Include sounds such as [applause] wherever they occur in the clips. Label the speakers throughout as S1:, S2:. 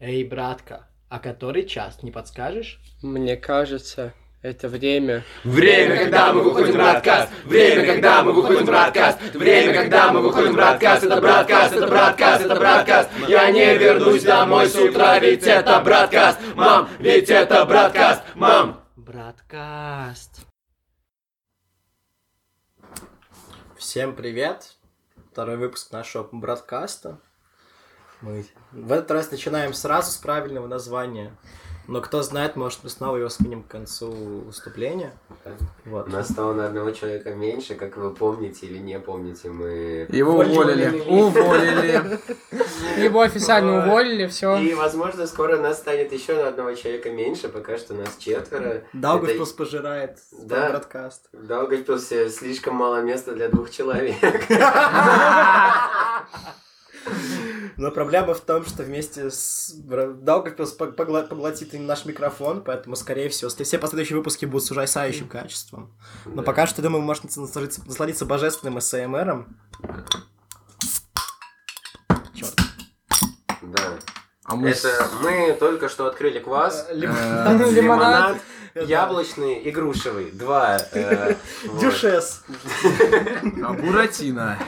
S1: Эй, братка, а который час, не подскажешь?
S2: Мне кажется, это время.
S3: Время, когда мы выходим в браткаст! Время, когда мы выходим в браткаст! Время, когда мы выходим в браткаст! Это браткаст, это браткаст, это браткаст! Я не вернусь домой с утра, ведь это браткаст! Мам, ведь это браткаст! Мам!
S1: Браткаст.
S4: Всем привет! Второй выпуск нашего браткаста. Мы в этот раз начинаем сразу с правильного названия. Но кто знает, может, мы снова его скинем к концу выступления.
S5: У
S4: Вот.
S5: нас стало на одного человека меньше, как вы помните или не помните, мы...
S3: Его уволили. Уволили.
S2: Его официально
S5: Ой.
S2: уволили, все.
S5: И, возможно, скоро нас станет еще на одного человека меньше, пока что нас четверо.
S4: Даугавпилс пожирает
S5: Да.
S4: браткаст.
S5: Это... Да, Гальпилсе, слишком мало места для двух человек.
S4: Но проблема в том, что вместе с... бра- Даугавпилс пог- погла- поглотит и наш микрофон, поэтому, скорее всего, ст- все последующие выпуски будут с ужасающим качеством. Но
S3: Ну,
S5: Да.
S4: пока что, думаю, можно насладиться, насладиться божественным СМРом.
S5: Э, Да.
S3: А мы с-
S5: Это мы только что открыли квас.
S3: э,
S5: [laughs] Лимонад, яблочный и грушевый. Два. э, вот.
S4: Дюшес,
S3: а Буратино.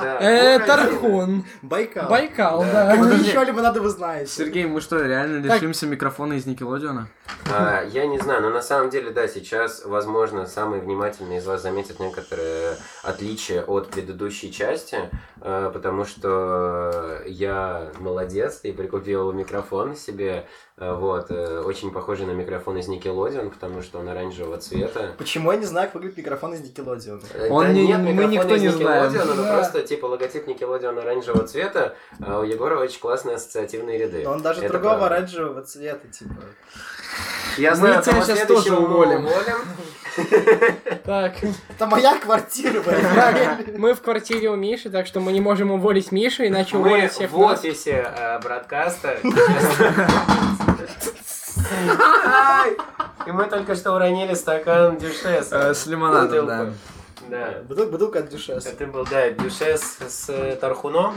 S5: Да.
S2: Э,
S5: Ура,
S2: Тархун.
S4: Байкал.
S2: Байкал,
S4: Как
S2: да.
S4: много
S3: Подожди.
S4: еще лимонада вы знаете?
S3: Сергей, мы что, реально
S2: Так.
S3: лишимся микрофона из Никелодеона?
S5: А, я не знаю, но на самом деле, да, сейчас, возможно, самые внимательные из вас заметят некоторые отличия от предыдущей части, э, потому что я молодец и прикупил микрофон себе, э, вот, э, очень похожий на микрофон из Nickelodeon, потому что он оранжевого цвета.
S4: Почему я не знаю, как выглядит микрофон из Никелодиона?
S5: Э,
S3: Он не- мы
S5: микрофона
S3: никто
S5: из
S3: не знаем.
S5: Nickelodeon, но
S2: Да.
S5: просто типа логотип Nickelodeon оранжевого цвета, а у Егора очень классные ассоциативные ряды.
S4: Но он даже
S5: Это
S4: другого
S5: правда.
S4: оранжевого цвета, типа.
S5: Я
S3: Мы
S5: знаю,
S3: тебя
S5: кого
S3: сейчас
S5: следующего
S3: тоже
S5: мы
S3: уволим.
S2: Так,
S4: Это моя
S5: [laughs]
S4: квартира, блядь.
S2: мы в квартире у Миши, так что мы не можем уволить Мишу, иначе
S5: Мы
S2: уволят всех
S5: в
S2: нас.
S5: офисе э, браткаста. И мы только что уронили стакан дюшес.
S3: Э, С лимонадом,
S5: Бутылку.
S3: да.
S5: Да.
S4: Бутыл- Бутылка от Дюшес.
S5: Это был, да, дюшес с э, тархуном.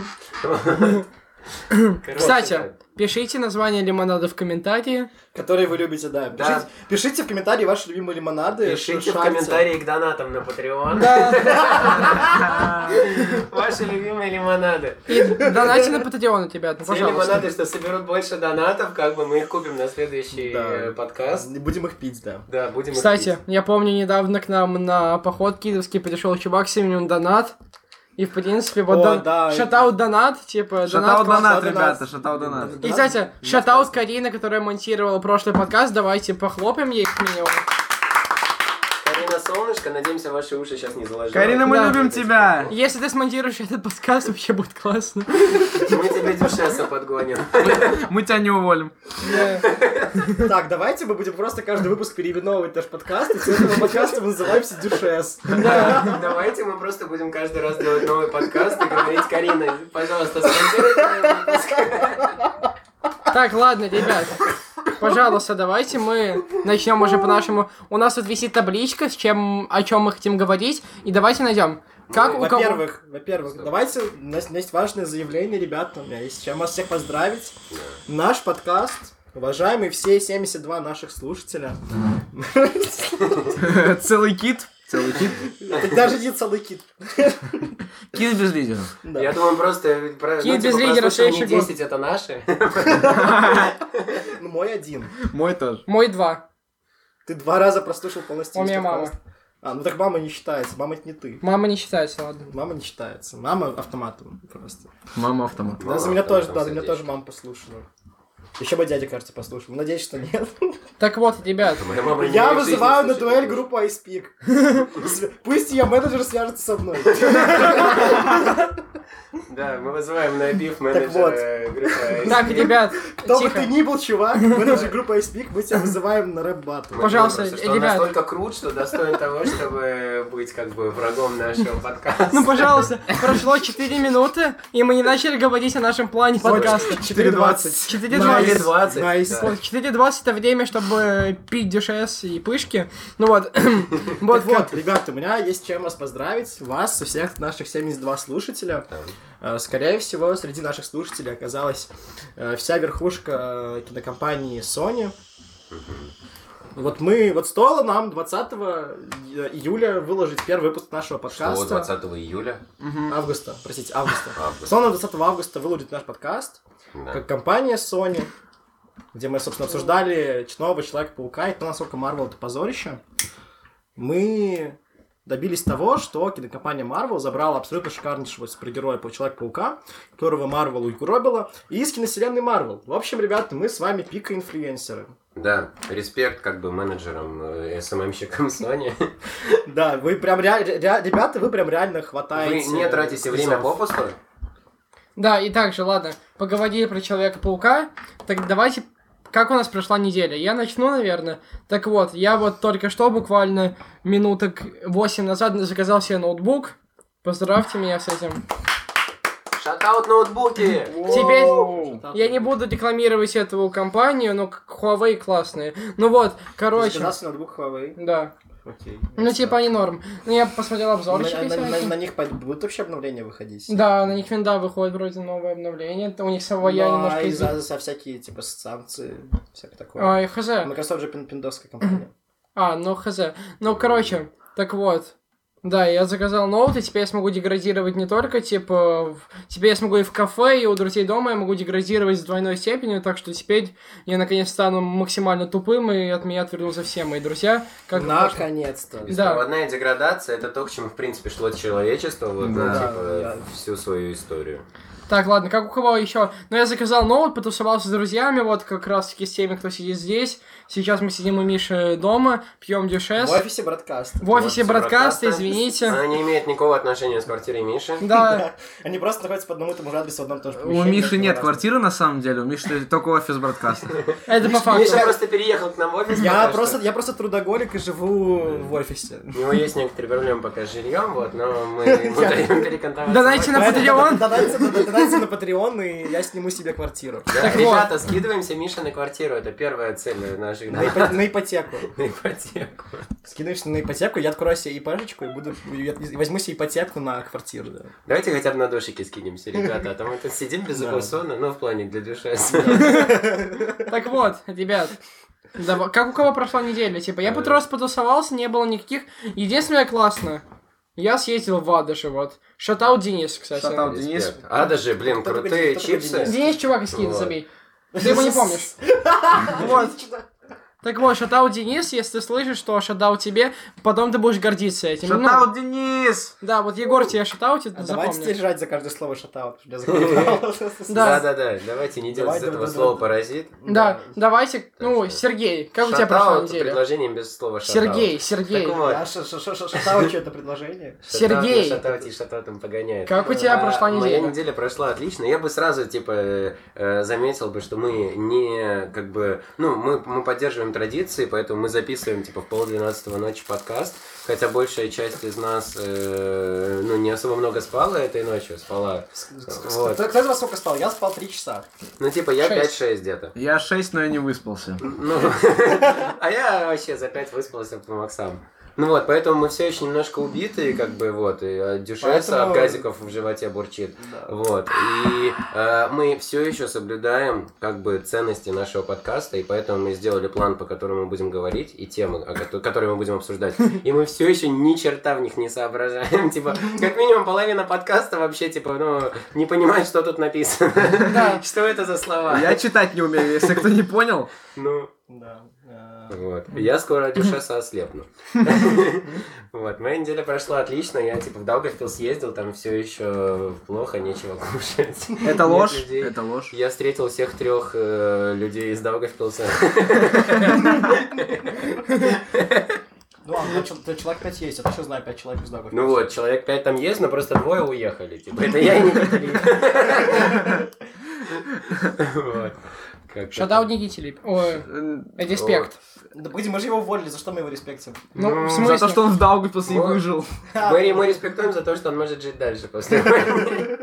S5: Короче,
S2: Кстати,
S5: да.
S2: пишите название лимонада в комментарии.
S4: Которые вы любите, да.
S5: Да.
S4: Пишите, пишите в комментарии ваши любимые лимонады.
S5: Пишите в
S4: шарьте.
S5: комментарии к донатам на Patreon. [laughs] Ваши любимые лимонады.
S2: И донатите на Патреон, ребят, ну,
S5: Те
S2: пожалуйста.
S5: лимонады, что соберут больше донатов, как бы мы их купим на следующий
S4: Да.
S5: э, подкаст.
S4: Будем их пить, да.
S5: Да, будем их
S2: Кстати,
S5: пить.
S2: я помню, недавно к нам на поход кидовский пришел чувак с именем Донат. И, в принципе, вот
S4: О,
S2: дон-
S4: да.
S2: шатаут Донат, типа,
S3: Шатаут
S2: класс.
S4: донат.
S3: донат, ребята, шатаут донат.
S2: И, кстати, шатаут Карина, которая монтировала прошлый подкаст, давайте похлопаем ей к нему.
S5: Карина Солнышко, надеемся, ваши уши сейчас не заложили.
S3: Карина, мы
S2: Да.
S3: любим тебя!
S2: Если ты смонтируешь этот подкаст, вообще будет классно.
S5: Мы тебе дюшеса
S2: [laughs]
S5: подгоним.
S3: Мы тебя не
S6: [laughs]
S3: уволим.
S4: Так, давайте мы будем просто каждый выпуск переименовывать наш подкаст, и с этого подкаста мы называемся Дюшес.
S5: Давайте мы просто будем каждый раз делать новый подкаст и говорить, Карина, пожалуйста, спонсируйте мой выпуск».
S2: Так, ладно, ребят. Пожалуйста, давайте мы начнем уже по-нашему. У нас тут висит табличка, с чем, о чем мы хотим говорить. И давайте найдем, как у кого...
S4: Во-первых, во-первых, давайте, у нас у меня есть важное заявление, ребята, у меня есть с чем вас всех поздравить. Наш подкаст, уважаемые все 72 наших слушателя,
S3: Целый кит. Целый кит.
S4: это даже не целый кит.
S3: Кит без лидера.
S4: Да.
S5: Я думаю, просто... про- ну,
S2: Кинь
S5: типа,
S2: без лидера
S5: прослушиваний
S2: следующий год.
S5: 10 это наши.
S4: Ну, Мой один.
S3: Мой тоже.
S2: Мой два.
S4: Ты два раза прослушал полностью.
S2: У меня
S4: весь подкаст. А, ну так мама не считается, мама это не ты.
S2: Мама не считается, ладно.
S4: Мама не считается. Мама автоматом просто.
S3: Мама автомат.
S4: Да, за меня тоже, да, за меня тоже мама послушала. Еще бы дядя, кажется, послушал. Надеюсь, что нет.
S2: Так вот, ребят,
S5: Моя мама не
S4: Я
S5: в жизни
S4: вызываю на
S5: слушает
S4: дуэль
S5: эту
S4: группу iSpeak. С- Пусть ее менеджер свяжется со мной.
S5: группу. Да, мы вызываем на биф
S4: вот.
S5: менеджера группы.
S2: так, ребят,
S4: Кто бы
S2: тихо.
S4: ты ни был, чувак, менеджер группы iSpeak, мы тебя вызываем на рэп баттл.
S5: Мы
S2: Пожалуйста,
S5: думаем просто, что он
S2: ребят.
S5: настолько крут, что достоин того, чтобы быть как бы
S2: [laughs]
S5: врагом нашего подкаста.
S2: Ну, пожалуйста, прошло 4 минуты, и мы не начали говорить о нашем плане подкаста.
S4: 4.20.
S2: 4.20.
S5: 4.20.
S4: Найс.
S5: да.
S2: Вот, 4.20 это время, чтобы пить дюшес и пышки. Ну вот, [clears throat] вот,
S4: Так
S2: вот.
S4: вот, ребята, у меня есть чем вас поздравить, вас и всех наших 72 слушателя.
S5: Да. да.
S4: Э, Скорее всего, среди наших слушателей оказалась э, вся верхушка э, кинокомпании Sony. Вот мы, вот стоило нам 20 и- июля выложить первый выпуск нашего
S5: Что,
S4: подкаста.
S5: 20 июля?
S4: Августа, простите, августа.
S5: Август.
S4: Словно 20 августа выложить наш подкаст,
S5: Да.
S4: как компания Sony, где мы, собственно, обсуждали нового Человека-паука и то, насколько Marvel это позорище. Мы добились того, что кинокомпания Marvel забрала абсолютно шикарнейшего супергероя по Человек-паука, которого Marvel угробила, и из киновселенной Marvel. В общем, ребята, мы с вами пика-инфлюенсеры.
S5: Да, респект как бы менеджерам, э, СММщикам [laughs] Sony.
S4: Да, вы прям реально, ребята, вы прям реально
S5: Вы
S4: хватаете...
S5: не тратите время
S4: призов.
S5: попусту?
S2: Да, и также, ладно, поговорили про Человека-паука, так давайте, как у нас прошла неделя? Я начну, наверное. Так вот, я вот только что, буквально минуток 8 назад заказал себе ноутбук. Поздравьте меня с этим.
S5: Шатаут ноутбуки!
S2: Теперь я не буду рекламировать эту компанию, но к- Huawei классные. Ну вот,
S4: Ты
S2: короче,
S4: сказал, что ноутбук Huawei.
S2: да.
S4: Окей.
S2: Ну типа они норм. Ну я посмотрел
S4: на,
S2: обзорчики
S4: на- на-
S2: всякие.
S4: на них под- будут вообще обновления выходить?
S2: Да, на них винда выходит вроде новое обновление. У них своя
S4: Но
S2: немножко
S4: Ну, а и
S2: из...
S4: за, за всякие, типа, санкции, всякое такое.
S2: А, и хз.
S4: Microsoft же пин- пиндовская компания.
S2: А, ну хз. Ну, короче, так вот. Да, я заказал ноут, и теперь я смогу деградировать не только, типа, в- теперь я смогу и в кафе, и у друзей дома я могу деградировать с двойной степенью, так что теперь я наконец стану максимально тупым, и от меня отвернутся все мои друзья. Как можно.
S4: Наконец-то.
S2: Да.
S5: Беспроводная деградация это то, к чему в принципе шло человечество, вот
S4: Да,
S5: ну, типа,
S4: да.
S5: всю свою историю.
S2: Так, ладно, как у кого еще? Ну, я заказал ноут, потусовался с друзьями, вот как раз таки с теми, кто сидит здесь. Сейчас мы сидим у Миши дома, пьем дюшес.
S4: В офисе бродкаст.
S2: В офисе
S5: Вот,
S2: бродкаста,
S5: бродкаста.
S2: извините.
S5: Она не имеет никакого отношения с квартирой Миши.
S2: Да,
S4: Они просто находятся по одному и тому же адресу в одном и том же
S6: У
S4: помещении.
S6: Миши нет
S4: Разные.
S6: квартиры, на самом деле. У Миши [laughs] только офис бродкаста.
S2: это по факту.
S5: Миша просто переехал к нам в офис.
S4: Я
S5: пока
S4: просто,
S5: что.
S4: я просто трудоголик и живу в
S6: [laughs]
S4: офисе.
S5: У него есть некоторые проблемы пока с жильем, вот,
S4: [laughs]
S5: но мы ему даем перекантовать.
S2: Донайте на Патреон.
S4: Донайте на Патреон, и я сниму себе квартиру.
S5: Да,
S2: Так
S5: ребята, скидываемся Миша на квартиру. Это первая цель наших
S4: На ипо- на ипотеку.
S5: на ипотеку.
S4: Скидываешься на ипотеку, я открою себе ипашечку и буду и возьму себе ипотеку на квартиру. да.
S5: Давайте хотя бы на душики скинемся, ребята, а то мы тут сидим безапасонно, но в плане для души.
S2: Так вот, ребят. дава- как у кого прошла неделя? Типа, я просто раз потусовался, не было никаких. Единственное классно. Я съездил в Адыши, вот. Шатаут Денис, кстати.
S6: Шатаут Денис.
S5: А даже, блин,
S4: Кто такой
S5: крутые
S4: Денис? Кто такой
S5: чипсы.
S2: Денис, чувак, из Киева,
S5: Вот.
S2: забей. Ты его не помнишь. Вот. Так вот, шатаут Денис, если ты слышишь, что шатаут тебе, потом ты будешь гордиться этим. Ну,
S6: Шатаут Денис!
S2: да, вот Егор тебя шатаутит,
S4: А давайте теперь
S2: запомни.
S4: жрать за каждое слово шатаут. чтобы я
S6: [laughs]
S4: запоминал.
S2: Да.
S5: Да-да-да, давайте не делать
S4: Давай,
S5: из
S4: да,
S5: этого
S4: да,
S5: слова
S4: да.
S5: паразит.
S2: Да, давайте, ну,
S5: что-
S2: Сергей, как у тебя прошла
S5: Шатаут
S2: неделя?
S5: предложением без слова шатаут.
S2: Сергей, Сергей,
S5: Так вот,
S4: А ш- ш- ш- ш- шатаут, что это предложение?
S5: шатаут на
S2: Сергей.
S5: Шатауте и шатаутом погоняет.
S2: как у тебя
S5: А,
S2: прошла
S5: Моя
S2: неделя?
S5: неделя прошла отлично. Я бы сразу, типа, э, заметил бы, что мы не, как бы, ну, мы, мы поддерживаем традиции, поэтому мы записываем, типа, в полдвенадцатого ночи подкаст. Хотя большая часть из нас, э, ну, не особо много спала этой ночью, спала.
S4: Кто
S5: Вот.
S4: кто из вас сколько спал? Я спал три часа.
S5: Ну, типа, я
S2: Шесть.
S5: 5-6 где-то.
S6: Я 6, но я не выспался.
S5: Ну, [laughs] а я вообще за 5 выспался по максам. Ну вот, поэтому мы все еще немножко убитые, как бы, вот, и от дюшеса,
S4: Поэтому-
S5: от газиков в животе бурчит.
S4: Да.
S5: Вот. И э, мы все еще соблюдаем как бы ценности нашего подкаста, и поэтому мы сделали план, по которому мы будем говорить, и темы, о кото- которые мы будем обсуждать. И мы все еще ни черта в них не соображаем. Типа, как минимум половина подкаста вообще, типа, ну, не понимает, что тут написано. [laughs] Что это за слова?
S6: Я читать не умею, если кто
S3: [laughs]
S6: не понял.
S5: Ну,
S4: Да. Э,
S5: вот. Я скоро от дюшеса ослепну. [laughs] Вот. Моя неделя прошла отлично. Я, типа, в Даугавпилс съездил, там все еще плохо, нечего кушать.
S6: Это
S5: Нет
S6: ложь.
S5: людей.
S6: Это ложь.
S5: Я встретил всех трех людей из Даугавпилса.
S4: Ну, а у меня чел- человек пять есть, а я точно знаю пять человек из Дагов.
S5: [laughs] Ну вот, человек пять там есть, но просто двое уехали. Типа, это я и [laughs] не
S2: Шатаут Никитилип. Ой,
S6: М,
S2: респект.
S4: Да погоди, мы же его уволили, за что мы его респектим?
S2: Ну, в
S6: За то,
S2: смысле?
S6: что он в Даугавпилсе не
S5: Вот.
S6: выжил.
S4: [laughs]
S5: Мэри, мы респектуем за то, что он может жить дальше после войны.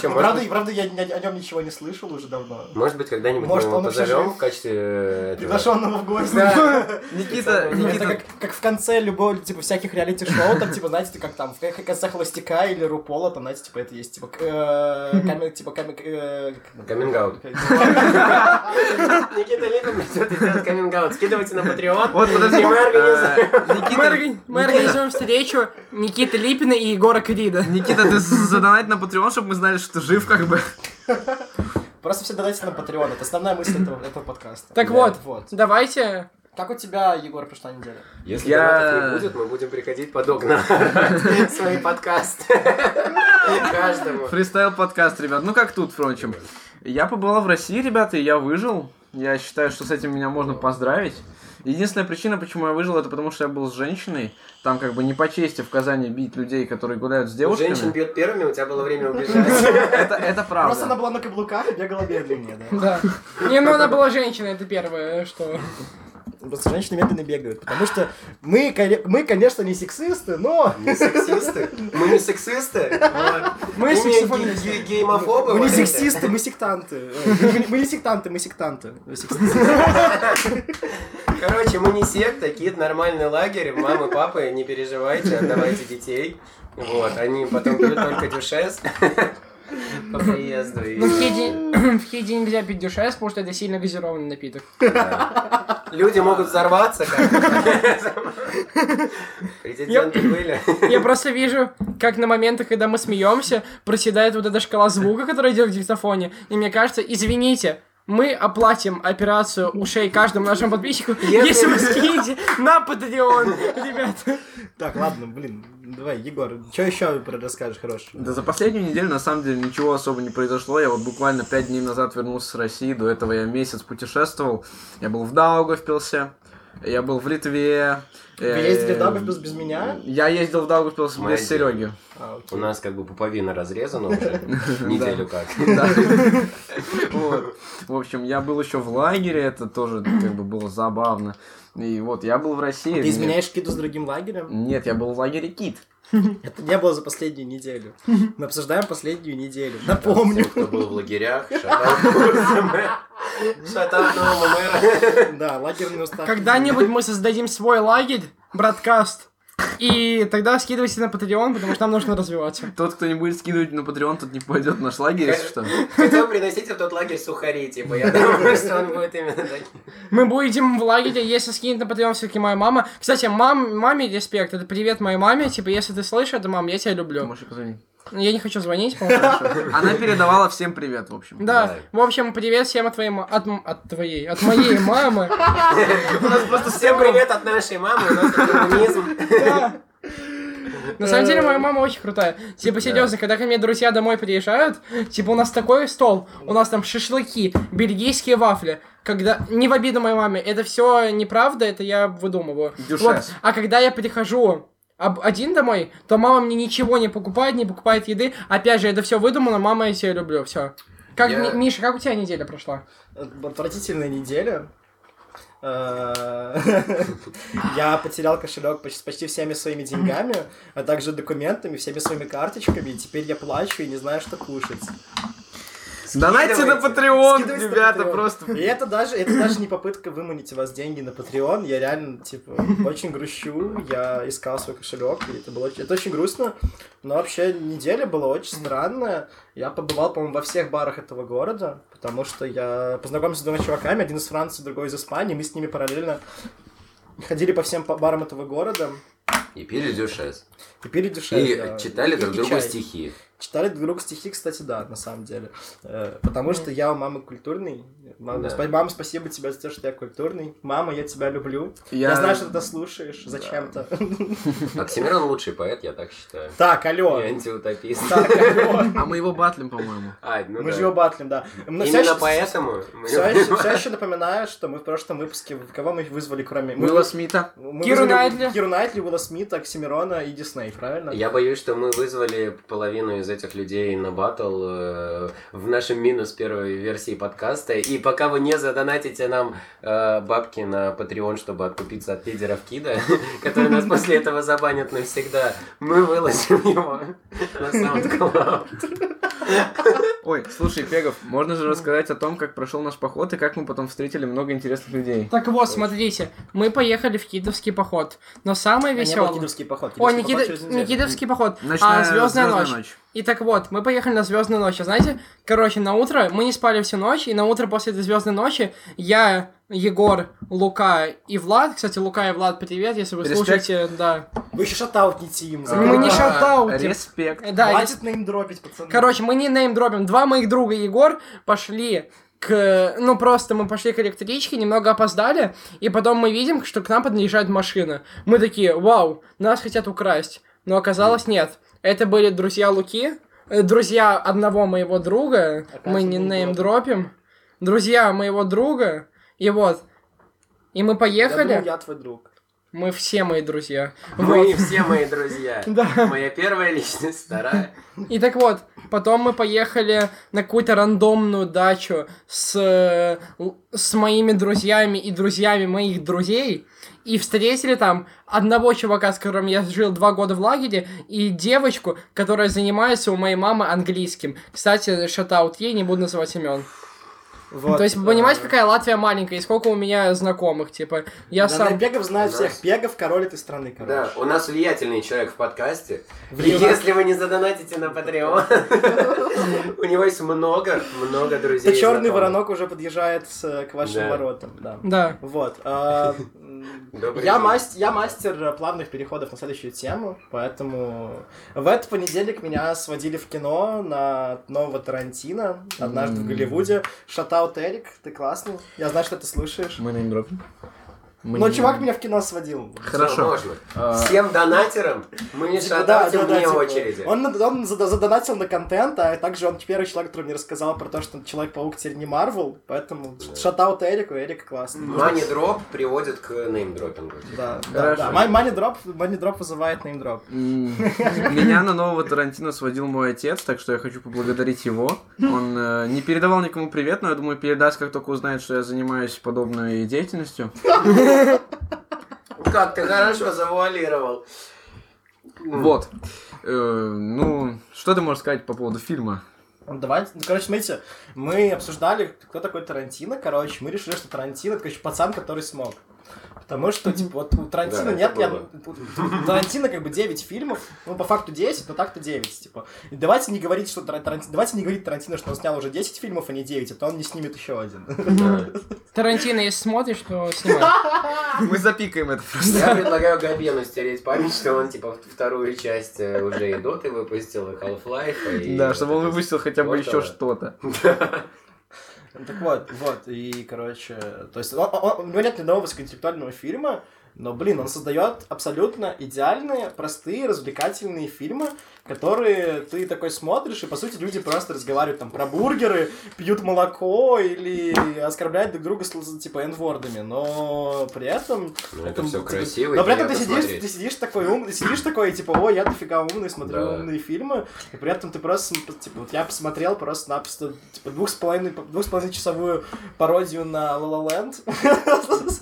S5: Че, может,
S4: Правда,
S5: быть-
S4: и правда, я ни- о нем ничего не слышал уже давно.
S5: может быть, когда-нибудь мы
S4: Может,
S5: его
S4: он вообще
S5: позовем
S4: жив?
S5: в качестве э, этого.
S4: Приглашенного в гости.
S6: [laughs] Никита,
S4: Это
S6: Никита,
S4: как, как в конце любого, типа, всяких реалити-шоу, там, типа, знаете, как там, в к- конце Холостяка или Рупола, там, знаете, типа, это есть, типа, к- э, камер- типа, камер- э, как-
S5: Каминг-аут. Никита Липин начнет делать каминг Скидывайте на Patreon.
S6: Вот подожди,
S5: И мы организуем.
S6: э,
S2: Мы,
S6: Никита,
S2: органи- мы организуем встречу Никиты Липина и Егора Крида.
S6: Никита, ты з- задонать на Patreon, чтобы мы знали, что ты жив, как бы.
S4: Просто все донатите на Patreon, это основная мысль этого, этого подкаста.
S2: Так
S4: Да,
S2: вот.
S4: вот.
S2: Давайте.
S4: Как у тебя, Егор, прошла неделя?
S5: Если
S6: Я-
S5: донатов не будет, мы будем приходить под окна [laughs] свои [laughs] подкасты. Каждому.
S6: Фристайл подкаст, ребят. Ну как тут, впрочем. Я побывал в России, ребята, и я выжил. Я считаю, что с этим меня можно поздравить. Единственная причина, почему я выжил, это потому что я был с женщиной. Там как бы не по чести в Казани бить людей, которые гуляют с девушками.
S5: Женщин бьет первыми, у тебя было время убежать.
S6: Это, это
S4: Просто она
S6: правда.
S4: была на каблуках и бегала медленнее, да?
S2: Да. Не, ну она была женщина, это первое, что...
S4: [laughs] Просто женщины медленно бегают, потому что мы, коне- мы конечно, не сексисты, но...
S5: Не сексисты? Мы не сексисты?
S2: Мы
S5: Мы не
S2: сексофоны.
S5: ге- ге- геймофобы?
S4: Мы не
S5: вот эти?
S4: сексисты, мы сектанты. Э, мы- Мы не сектанты, мы сектанты. Сексисты.
S5: Короче, мы не секта, кит, нормальный лагерь. Мамы, папы, не переживайте, отдавайте детей. Вот, они потом пьют только дюшес по приезду. и-
S2: Ну, в Хиде, в Хиде нельзя пить дюшес, потому что это сильно газированный напиток.
S5: Да. Люди могут взорваться, как бы. Президенты были.
S2: Я просто вижу, как на моментах, когда мы смеемся, проседает вот эта шкала звука, которая идет в диктофоне. И мне кажется, извините, мы оплатим операцию ушей каждому нашему подписчику, если вы скинете на Патреон, ребята.
S4: Так, ладно, блин, давай, Егор, что еще расскажешь хорошего?
S6: Да за последнюю неделю на самом деле ничего особо не произошло. Я вот буквально пять дней назад вернулся с России. До этого я месяц путешествовал. Я был в Даугавпилсе. Я был в Литве.
S4: Вы ездили в Даугавпилс без меня?
S6: Я ездил в Даугавпилс
S5: Моя
S6: без
S5: идея.
S6: Сереги.
S4: А, окей.
S5: У нас как бы пуповина разрезана уже неделю как.
S6: Да. [laughs] Вот. В общем, я был еще в лагере, это тоже как бы было забавно. И вот я был в России.
S4: А Ты
S6: мне-
S4: изменяешь киду с другим лагерем?
S6: Нет, я был в лагере Кит.
S4: Это не было за последнюю неделю. Мы обсуждаем последнюю неделю.
S5: Все,
S4: Напомню.
S5: кто был в лагерях, шатал курсы мэра. Шатал нового мэра.
S4: Да, лагерный устав.
S2: Когда-нибудь мы создадим свой лагерь, браткаст. И тогда скидывайте на Патреон, потому что нам нужно развиваться.
S6: Тот, кто не будет скидывать на Patreon, тот не пойдет в наш лагерь, если что.
S5: Хотел приносить в тот лагерь сухари, типа,
S4: [laughs]
S5: я думаю, что он будет именно таким.
S2: Мы будем в лагере, если скинет на Патреон все-таки моя мама. Кстати, мам, маме респект, это привет моей маме. Типа, если ты слышишь это, мам, я тебя люблю.
S6: Можешь позвонить.
S2: Ну, Я не хочу звонить, по-моему.
S6: Она передавала всем привет, в общем.
S2: Да, в общем, привет всем от твоей ма- от, м- от твоей, от моей мамы.
S5: У нас просто всем привет от нашей мамы, у нас тут коммунизм.
S2: Да. На самом деле, моя мама очень крутая. Типа, серьезно, когда ко мне друзья домой приезжают, типа, у нас такой стол, у нас там шашлыки, бельгийские вафли. Когда... Не в обиду моей маме, это все неправда, это я выдумываю.
S6: Дюшес.
S2: Вот. А когда я прихожу об- один домой, то мама мне ничего не покупает, не покупает еды. Опять же, это все выдумано, мама, я тебя люблю, все. Как,
S5: Я-
S2: Ми- Миша, как у тебя неделя прошла?
S4: Отвратительная неделя. Э, [laughs] Я потерял кошелек поч- почти всеми своими деньгами, а также документами, всеми своими карточками, и теперь я плачу и не знаю, что кушать.
S6: Донайте на Patreon,
S4: Скидывайте на
S6: ребята,
S4: Patreon.
S6: просто.
S4: И это даже, это даже не попытка выманить у вас деньги на Patreon. Я реально, типа, очень грущу. Я искал свой кошелек, и это было очень- это очень грустно. Но вообще неделя была очень странная. Я побывал, по-моему, во всех барах этого города, потому что я познакомился с двумя чуваками, один из Франции, другой из Испании. Мы с ними параллельно ходили по всем па- барам этого города
S5: И пили дюшес.
S4: и пили дешевле.
S5: И
S4: да.
S5: читали
S4: И-
S5: друг
S4: и
S5: другу
S4: чай.
S5: стихи.
S4: Читали друг другу стихи, кстати, да, на самом деле. Э, Потому что я у мамы культурный. Мама,
S5: Да.
S4: спа- мама, спасибо тебе за то, что я культурный. Мама, я тебя люблю. Я, знаю, что ты это слушаешь зачем-то. [laughs]
S5: Оксимирон лучший поэт, я так считаю.
S4: Так,
S5: И
S4: алло.
S5: антиутопист.
S4: [laughs] Так, алло.
S6: А мы его батлим, по-моему.
S5: А, ну
S4: Мы
S5: да.
S4: же его батлим, да. Но всё
S5: Именно
S4: ещё-
S5: поэтому... мы-
S4: всё ещё- всё ещё напоминаю, что мы в прошлом выпуске, кого мы вызвали, кроме... мы-
S6: Уилла Смита.
S4: мы
S2: Киру
S4: вызвали
S2: Найтли.
S4: Киру Найтли, Уилла Смита, Оксимирона и Дисней, правильно?
S5: Я боюсь, что мы вызвали половину из этих людей на батл э, в нашем минус первой версии подкаста. И пока вы не задонатите нам э, бабки на Patreon, чтобы откупиться от лидеров Кида, [laughs] которые нас после этого забанят навсегда, мы выложим его на SoundCloud.
S6: Ой, слушай, Пегов, можно
S4: Ну.
S6: же рассказать о том, как прошел наш поход и как мы потом встретили много интересных людей.
S2: Так вот, смотрите, мы поехали в Кидовский поход, но самое
S4: А не был
S2: веселое...
S4: Кидовский поход.
S2: О,
S4: Кидовский
S2: не,
S4: поход
S2: Кида-
S4: через неделю.
S2: не Кидовский поход,
S6: Ночная
S2: а Звездная
S6: «Звёздная
S2: ночь. И так вот, мы поехали на Звездную ночь. А знаете, короче, на утро мы не спали всю ночь, и на утро после этой Звездной ночи я, Егор, Лука и Влад, кстати, Лука и Влад, привет, если вы
S6: Респект.
S2: слушаете, да.
S4: Вы еще шатаутните им.
S6: А,
S2: Мы не
S6: да.
S2: шатаутим.
S6: Респект.
S2: Э, Да, я-
S4: Хватит на им дробить, пацаны.
S2: Короче, мы не неймдропим. Два моих друга Егор пошли к... Ну, просто мы пошли к электричке, немного опоздали, и потом мы видим, что к нам подъезжает машина. Мы такие, вау, нас хотят украсть. Но оказалось, нет. Это были друзья Луки, э, друзья одного моего друга, мы не неймдропим, друзья моего друга, и вот. И мы
S4: я
S2: поехали,
S4: думал, я твой друг.
S2: мы все мои друзья. Вот.
S5: Мы все мои друзья.
S2: Да.
S5: Моя первая личность, вторая.
S2: И так вот, потом мы поехали на какую-то рандомную дачу с, э, л- с моими друзьями и друзьями моих друзей. И встретили там одного чувака, с которым я жил два года в лагере, и девочку, которая занимается у моей мамы английским. Кстати, шатаут ей, не буду называть имен.
S4: Вот,
S2: То есть, вы понимаете,
S4: э,
S2: какая Латвия маленькая, и сколько у меня знакомых, типа, я
S4: да,
S2: сам...
S4: да, Бегов знает
S5: Да.
S4: всех. Бегов король этой страны, короче.
S5: Да, у нас влиятельный человек в подкасте. И
S4: Влиял-
S5: Если вы не задонатите на
S4: [laughs]
S5: Patreon, у него есть много, много друзей.
S4: Да
S5: и
S4: черный
S5: знакомых.
S4: воронок уже подъезжает э, к вашим
S5: Да.
S4: воротам. Да.
S2: Да.
S4: Вот. а, м,
S5: [laughs] Добрый
S4: Я,
S5: день.
S4: маст- я мастер э, плавных переходов на следующую тему, поэтому в этот понедельник меня сводили в кино на нового Тарантино, однажды в Голливуде. Шатаут Эрик, ты классный, я знаю, что ты слушаешь.
S6: Мы неймдропим. Мы
S4: Но
S6: не-
S4: чувак меня в кино сводил.
S5: Всё,
S6: Хорошо.
S5: можно.
S6: А,
S5: Всем донатерам мы
S4: Типа, да,
S5: шатаем
S4: да, да,
S5: вне
S4: типа,
S5: очереди.
S4: Он, над- он зада- задонатил на контент, а также он первый человек, который мне рассказал про то, что Человек-паук теперь не Марвел, поэтому шатаут Эрику, Эрик классный.
S5: Мани дроп приводит к неймдропингу.
S4: Да, да,
S6: Хорошо.
S4: да. Мани дроп, мани дроп вызывает неймдроп.
S6: м, Меня на нового Тарантино сводил мой отец, так что я хочу поблагодарить его. Он э, не передавал никому привет, но я думаю, передаст, как только узнает, что я занимаюсь подобной деятельностью.
S5: Как ты хорошо завуалировал.
S6: Вот. Э, Ну, что ты можешь сказать по поводу фильма?
S4: Ну, Давайте, ну, короче, смотрите, мы обсуждали, кто такой Тарантино, короче, мы решили, что Тарантино, это, короче, пацан, который смог. Потому что, типа, вот у Тарантино
S5: Да, это
S4: нет... ни
S5: было.
S4: од- у Тарантино как бы 9 фильмов, ну, по факту 10, но так-то 9, типа. И давайте не говорить, что Тара- Тарантино... Давайте не говорить Тарантино, что он снял уже 10 фильмов, а не 9, а то он не снимет еще один.
S5: Да.
S2: Тарантино, если смотришь, то
S4: [laughs]
S2: снимай.
S6: Мы запикаем это просто.
S5: Я предлагаю Габену стереть память, что он, типа, вторую часть э, уже и Доты выпустил, и Half-Life. и
S6: Да, чтобы он
S5: вот это
S6: выпустил хотя бы
S5: Вот
S6: еще
S5: оно.
S6: что-то.
S4: Так вот, вот, и, короче, то есть он- он- он- у него нет ни одного высокоинтеллектуального фильма, но, блин, он создает абсолютно идеальные, простые, развлекательные фильмы, которые ты такой смотришь, и, по сути, люди просто разговаривают там про бургеры, пьют молоко или оскорбляют друг друга, с- типа, энвордами, но при этом...
S5: Ну, это все
S4: типа,
S5: красиво. и
S4: Но при этом ты
S5: приятно
S4: сидишь,
S5: смотреть.
S4: ты сидишь такой умный, сидишь такой, типа, о, я дофига умный, смотрю
S5: Да.
S4: умные фильмы, и при этом ты просто, см- типа, вот я посмотрел просто-напросто, типа, двух с половиной, двух с половиной часовую пародию на La La Land.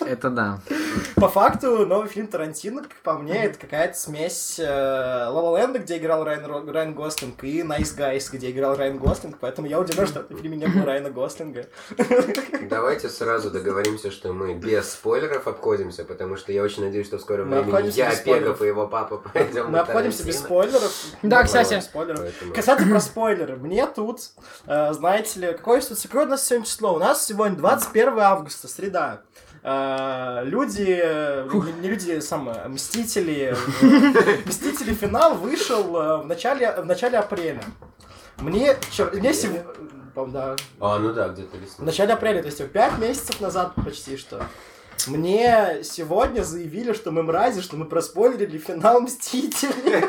S6: Это да.
S4: [laughs] По факту, новый фильм Тарантино, как по мне, это какая-то смесь э, La La Land, где играл Райан, Ро- Райан Гослинг, и Nice Guys, где играл Райан Гослинг, поэтому я удивлен, что в этом фильме не было Райана Гослинга.
S5: Давайте сразу договоримся, что мы без спойлеров обходимся, потому что я очень надеюсь, что в скором
S4: Мы
S5: времени
S4: обходимся
S5: я,
S4: без
S5: Пегов
S4: спойлеров.
S5: и его папа [laughs] пойдем
S4: Мы
S5: на
S4: обходимся без
S5: Тарантино.
S4: спойлеров.
S2: Да, кстати.
S4: Без спойлеров.
S5: Поэтому-
S4: Касательно [laughs] про спойлеры, мне тут, э, знаете ли, какое, с- какое у нас сегодня число? У нас сегодня 21 августа, среда. Э, люди, э, не, не люди, самое, [laughs] Мстители, э, Мстители финал вышел э, в начале, в начале апреля. Мне, чер- мне сего- по-моему, да,
S5: А, ну да, где-то весна.
S4: в начале апреля, то есть 5 месяцев назад почти что. Мне сегодня заявили, что мы мрази, что мы проспойлерили финал Мстителей.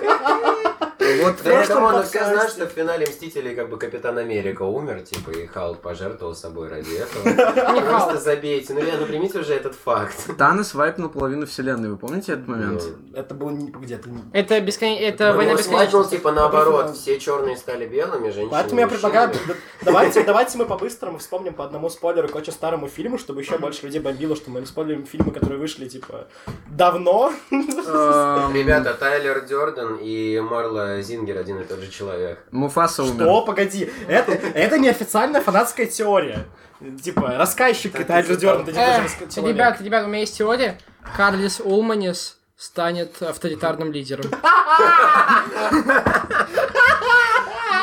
S5: Вот
S4: в
S5: поэтому
S4: прошлом
S5: он все знают,
S4: подкасте.
S5: что в финале Мстителей как бы Капитан Америка умер, типа, и Халк пожертвовал собой
S4: [laughs]
S5: ради этого. Просто забейте. Ну, я, ну, примите уже этот факт.
S6: Танос вайпнул половину вселенной, вы помните этот момент?
S4: Это было не- где-то не-
S2: Это бескон... Это
S5: Ну,
S2: война
S5: он
S2: бесконечности.
S5: свадьбу, типа, наоборот. Все черные стали белыми, женщины
S4: Поэтому я
S5: мужчинами.
S4: предлагаю, д- давайте, давайте мы по-быстрому вспомним по одному спойлеру к очень старому фильму, чтобы еще больше людей бомбило, что мы им спойлерим фильмы, которые вышли, типа, давно.
S6: Эм,
S5: Ребята, Тайлер Дёрден и Марла э, Зингер один и тот же человек.
S6: Муфаса умер.
S4: Что? Погоди. Это, это неофициальная фанатская теория. Типа, рассказчик
S5: Так,
S4: Китая
S5: ты что
S4: Джордан,
S5: там?
S4: ты не
S2: Э,
S4: будешь рассказать.
S2: ребят, ребят, у меня есть теория. Карлис Улманис станет авторитарным лидером.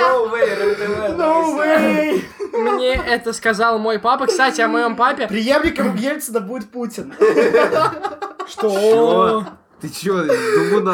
S5: No way, РНТВ,
S4: No way!
S2: Мне это сказал мой папа. Кстати, о моем папе.
S4: Преемником Ельцина будет Путин.
S2: Что?
S6: Ты чё, думал?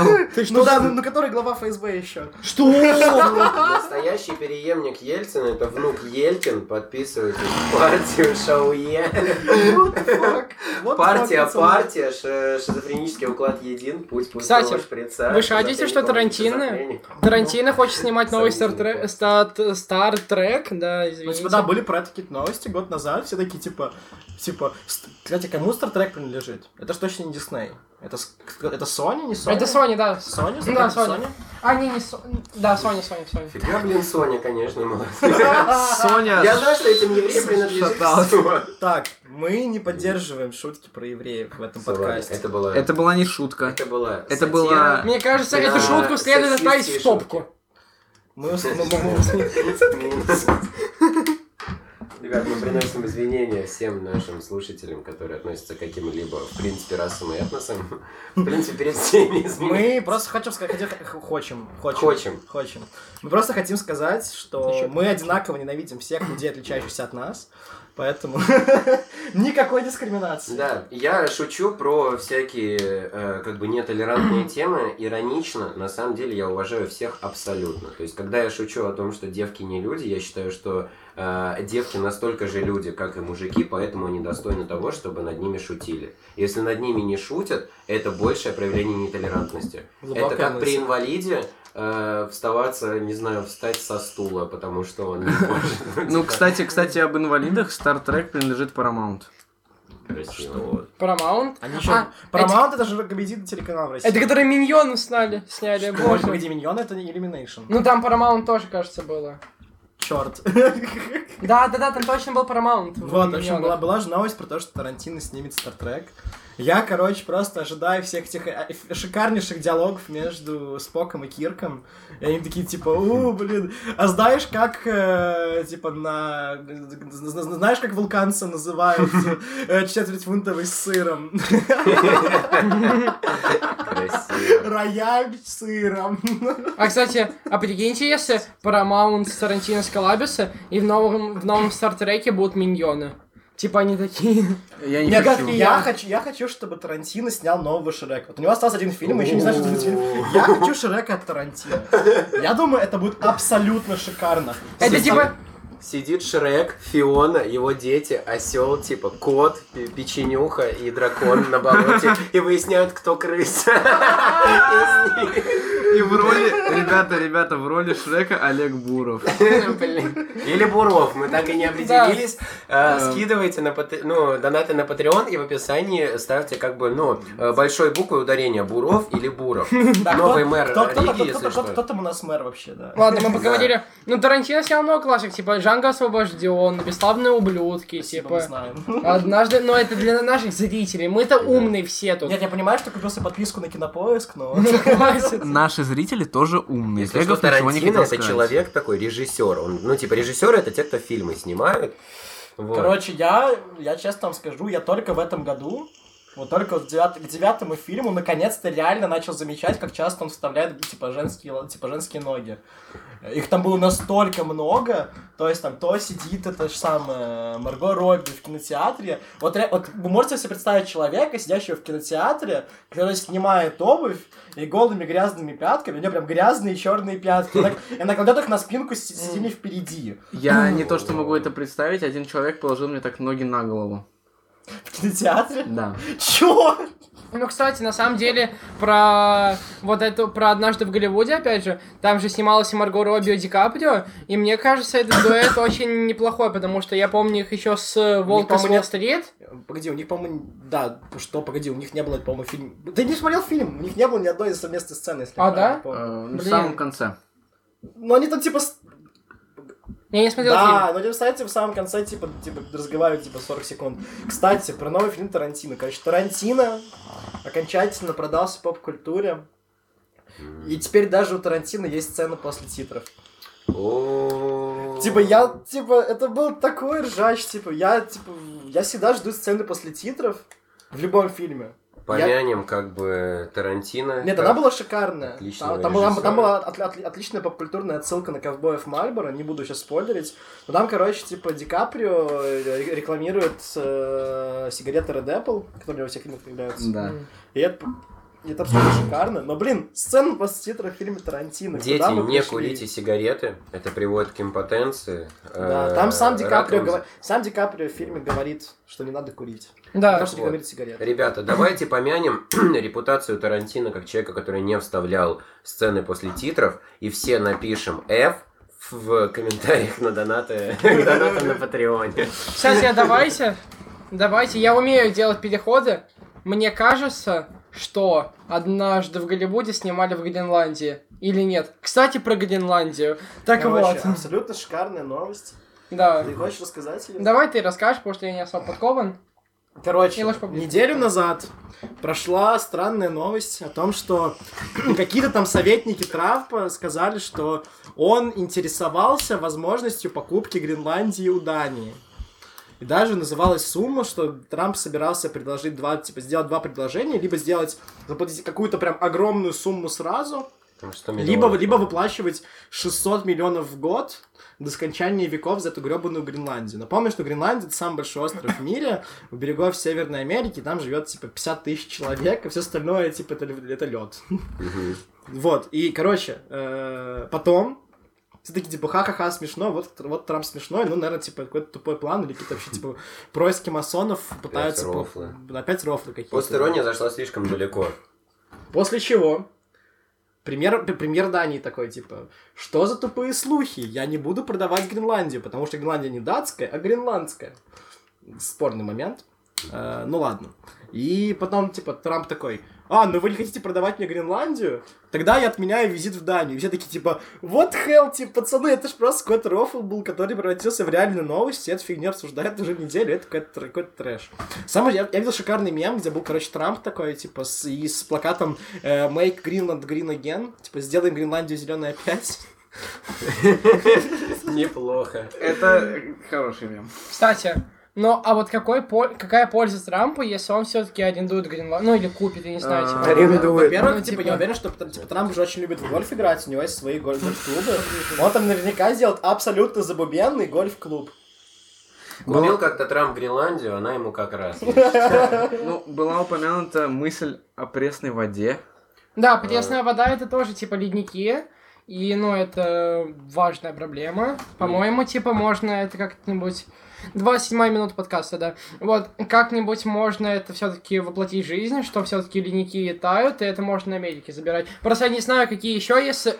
S4: Ну да, ну ну который глава ФСБ еще. [laughs]
S5: Настоящий переемник Ельцина, это внук Елькин, подписывайтесь в партию Шауе.
S4: What the fuck? What the
S5: Партия,
S4: fuck, пацаны?
S5: партия, ше- шизофренический уклад един, путь
S2: Кстати,
S5: пустого шприца.
S2: вы же хотите, что Тарантино? Тарантино хочет снимать новый
S5: Сомнительно.
S2: Стар Трек, да,
S4: Ну,
S2: извините.
S4: типа, да, были про это какие-то новости год назад, все такие, типа, типа, ст- кстати, кому Стартрек принадлежит? Это ж точно не Дисней. Это, с- к- это Sony, не Sony?
S2: Это Sony, да.
S4: Sony?
S2: Да,
S4: Star Trek,
S2: Sony. А, не, не Sony. Да, Sony, Sony, Sony.
S5: Фига, блин, Соня, конечно, молодец.
S4: [laughs]
S6: Соня.
S5: А, Я знаю, что этим евреям принадлежит
S6: Шатал.
S5: всё.
S4: Так, мы не поддерживаем шутки про евреев в этом подкасте.
S5: Это было...
S6: Это была не шутка.
S5: Это было...
S6: Это была-
S2: Мне кажется,
S5: Да,
S2: эту шутку следует отправить в
S5: сексистские
S2: попку.
S4: Мы, ус- мы- мы- мы-
S5: Ребят, мы приносим извинения всем нашим слушателям, которые относятся к каким-либо, в принципе, расам и этносам. В принципе, перед всеми извиняемся.
S4: Мы просто хотим сказать, хотим, х- хочем, хочем,
S5: Хочем.
S4: хочем. Мы просто хотим сказать, что
S2: Ещё
S4: мы одинаково ненавидим всех людей, отличающихся от нас, поэтому [laughs] никакой дискриминации.
S5: Да, я шучу про всякие э, как бы нетолерантные темы, иронично, на самом деле я уважаю всех абсолютно. То есть, когда я шучу о том, что девки не люди, я считаю, что э, девки настолько же люди, как и мужики, поэтому они достойны того, чтобы над ними шутили. Если над ними не шутят, это большее проявление нетолерантности.
S4: Глубокая
S5: это как при
S4: мысль.
S5: инвалиде э, вставаться, не знаю, встать со стула, потому что он не может. [laughs]
S6: Ну, кстати, кстати, об инвалидах Star Trek принадлежит Paramount.
S5: Красиво.
S2: Paramount.
S4: Они еще...
S2: А,
S4: Paramount это же комедийный телеканал в России.
S2: Это которые миньоны сняли, сняли,
S4: Боже,
S2: боже.
S4: погоди, миньоны это не Illumination.
S2: Ну там Paramount тоже, кажется, было.
S4: Черт.
S2: Да, да, да, там точно был Paramount.
S4: [laughs]
S2: в
S4: Вот, в общем,
S2: «Миньонах».
S4: была, была же новость про то, что Тарантино снимет Стартрек. Я, короче, просто ожидаю всех этих э, э, шикарнейших диалогов между Споком и Кирком. И они такие, типа, у, блин, а знаешь, как, э, типа, на... зн- зн- Знаешь, как вулканца называют
S2: [laughs]
S4: э, четверть фунтовый с сыром? [laughs]
S5: Красиво.
S4: Рояль с сыром.
S2: А, кстати, а прикиньте, если Paramount с Тарантино сколабится, и в новом, в новом Стартреке будут миньоны. Типа они такие...
S6: Я не
S2: Нет,
S6: хочу.
S2: гадкий
S4: Я
S2: Я.
S4: хочу, я хочу, чтобы Тарантино снял нового Шрека. Вот у него остался один фильм, мы еще не знаем, что это за фильм. Я хочу Шрека от Тарантино. Я думаю, это будет абсолютно шикарно.
S2: Это типа...
S5: Сидит Шрек, Фиона, его дети, осел, типа кот, пе- печенюха и дракон
S4: [laughs]
S5: на болоте и выясняют, кто крыса. Из них.
S6: И в роли, ребята, ребята, в роли Шрека Олег Буров.
S5: Блин. Или Буров, мы так и не определились. А, Скидывайте на патр- ну, донаты на Patreon и в описании ставьте как бы, ну, э, большой буквой ударение Буров или Буров.
S4: Да,
S5: Новый
S4: кто-
S5: мэр
S4: кто- кто-
S5: Риги,
S4: кто-
S5: если
S4: кто- кто-
S5: что.
S4: Кто там у нас мэр вообще, да?
S2: Ладно, мы поговорили. Ну, Тарантино снял много классик, типа «Джанго освобожден», «Бесславные ублюдки»,
S4: Спасибо, мы
S2: типа...
S4: знаем.
S2: Однажды, но это для наших зрителей, мы-то умные все тут. [laughs]
S4: Нет, я понимаю, что купил себе подписку на Кинопоиск, но...
S2: Хватит.
S6: Наши зрители тоже умные.
S5: Если что, Тарантино это человек такой, режиссер. Он, ну, типа, режиссеры это те, кто фильмы снимают. Вот.
S4: Короче, я, я честно вам скажу, я только в этом году, вот только вот девят- к девятому фильму, наконец-то реально начал замечать, как часто он вставляет, типа, женские, л- типа, женские ноги. Их там было настолько много, то есть там то сидит это же самое Марго Робби в кинотеатре. Вот, ре- вот вы можете себе представить человека, сидящего в кинотеатре, который снимает обувь и голыми грязными пятками, у него прям грязные черные пятки, и нак- и накладет их на спинку с с сиденья впереди.
S6: Я не то, что могу это представить, один человек положил мне так ноги на голову.
S4: В кинотеатре? [laughs]
S6: Да.
S4: Чё?
S2: Ну, кстати, на самом деле, про вот эту, про «Однажды в Голливуде», опять же, там же снималась и Марго Робби и Ди Каприо, и мне кажется,
S4: [coughs]
S2: этот дуэт очень неплохой, потому что я помню их еще с «Волка с
S4: помню.
S2: Уолл-стрит».
S4: Погоди, у них, по-моему, да, что, погоди, у них не было, по-моему, фильм. Ты не смотрел фильм? У них не было ни одной совместной сцены, если я
S2: А,
S4: правильно
S2: да?
S6: Э,
S4: помню.
S6: В
S2: Блин.
S6: самом конце.
S4: Но они там типа. с-
S2: Я не смотрел
S4: да,
S2: фильм.
S4: но они, кстати, в самом конце, типа, типа, разговаривают, типа, 40 секунд. Кстати, про новый фильм Тарантино. Короче, Тарантино окончательно продался поп-культуре. И теперь даже у Тарантино есть сцена после титров.
S5: О.
S4: Типа, я, типа, это был такой ржач, типа, я, типа, я всегда жду сцены после титров в любом фильме.
S5: Помянем, как бы, Тарантино.
S4: Нет,
S5: как-
S4: она была шикарная.
S5: отличного
S4: Там, там была,
S5: режиссера.
S4: там была от- от- отличная попкультурная отсылка на ковбоев Мальборо, не буду сейчас спойлерить. Но там, короче, типа, Ди Каприо э, рекламирует э, сигареты Red Apple, которые во всех фильмах появляются.
S6: Да.
S4: И это, и это абсолютно шикарно. Но, блин, сцена после титров фильма Тарантино.
S5: Дети,
S4: куда мы
S5: не
S4: пришли?
S5: курите сигареты. Это приводит к импотенции.
S4: Да,
S5: э,
S4: там сам Ди Каприо,
S5: раковым
S4: гова- сам Ди Каприо в фильме говорит, что не надо курить.
S2: Да.
S4: Потому что
S5: Вот.
S4: рекламирует сигареты.
S5: Ребята, давайте помянем [clears throat] репутацию Тарантино как человека, который не вставлял сцены после титров, и все напишем F в комментариях на донаты, [laughs] к донатам на Патреоне.
S2: Кстати, а давайте, давайте, я умею делать переходы. Мне кажется, что однажды в Голливуде снимали в Гренландии. Или нет? Кстати, про Гренландию. Так
S4: Короче, а.
S2: вот,
S4: абсолютно шикарная новость.
S2: да.
S4: Ты хочешь рассказать ее?
S2: Давай ты расскажешь, потому что я не особо подкован.
S4: Короче,
S2: И ложь поближе.
S4: неделю назад прошла странная новость о том, что [clears throat] какие-то там советники Трампа сказали, что он интересовался возможностью покупки Гренландии у Дании. И даже называлась сумма, что Трамп собирался предложить два, типа, сделать два предложения, либо сделать, заплатить какую-то прям огромную сумму сразу,
S5: Потому что
S4: либо,
S5: миллион.
S4: либо выплачивать 600 миллионов в год до скончания веков за эту гребаную Гренландию. Напомню, что Гренландия это самый большой остров в мире, у берегов Северной Америки, там живет типа 50 тысяч человек, а все остальное типа это, лед.
S5: Мгм.
S4: Вот, и, короче, э, потом все такие, типа, ха-ха-ха, смешно, вот, вот Трамп смешной, ну, наверное, типа, какой-то тупой план или какие-то вообще, типа, происки масонов пытаются... по-
S5: рофлы.
S4: Да, Опять рофлы какие-то.
S5: Постерония зашла слишком далеко.
S4: После чего премьер, п- премьер Дании такой, типа, что за тупые слухи? Я не буду продавать Гренландию, потому что Гренландия не датская, а гренландская. Спорный момент. Э, ну ладно. И потом, типа, Трамп такой, а, ну вы не хотите продавать мне Гренландию? Тогда я отменяю визит в Данию. И все такие, типа, вот hell, типа, пацаны, это же просто какой-то рофл был, который превратился в реальную новость, и эту фигню обсуждают уже неделю, это какой-то, тр- какой-то трэш. Самый, я, я видел шикарный мем, где был, короче, Трамп такой, типа, с, и с плакатом э, Make Greenland Green Again, типа, сделаем Гренландию зеленой опять.
S5: Неплохо.
S6: Это хороший мем.
S2: Кстати, ну а вот какой, пол- какая польза Трампа, если он все-таки арендует Гренландию? Ну или купит, я не знаю,
S6: А,
S2: типа.
S5: Арендует.
S4: Во-первых,
S2: Ну,
S4: типа,
S2: типа-
S4: я уверен, что типа, Трамп же очень любит в гольф играть, у него есть свои гольф- гольф-клубы. Он там наверняка сделает абсолютно забубенный гольф-клуб.
S5: Купил как-то Трамп Гренландию, она ему как раз.
S6: Ну, была упомянута мысль о пресной воде.
S2: Да, пресная вода это тоже типа ледники. И, ну, это важная проблема. По-моему, типа, можно это как-нибудь... 27 минута подкаста, да. Вот, как-нибудь можно это все таки воплотить в жизнь, что все таки ледники тают, и это можно на Америке забирать. Просто я не знаю, какие еще, [clears throat] если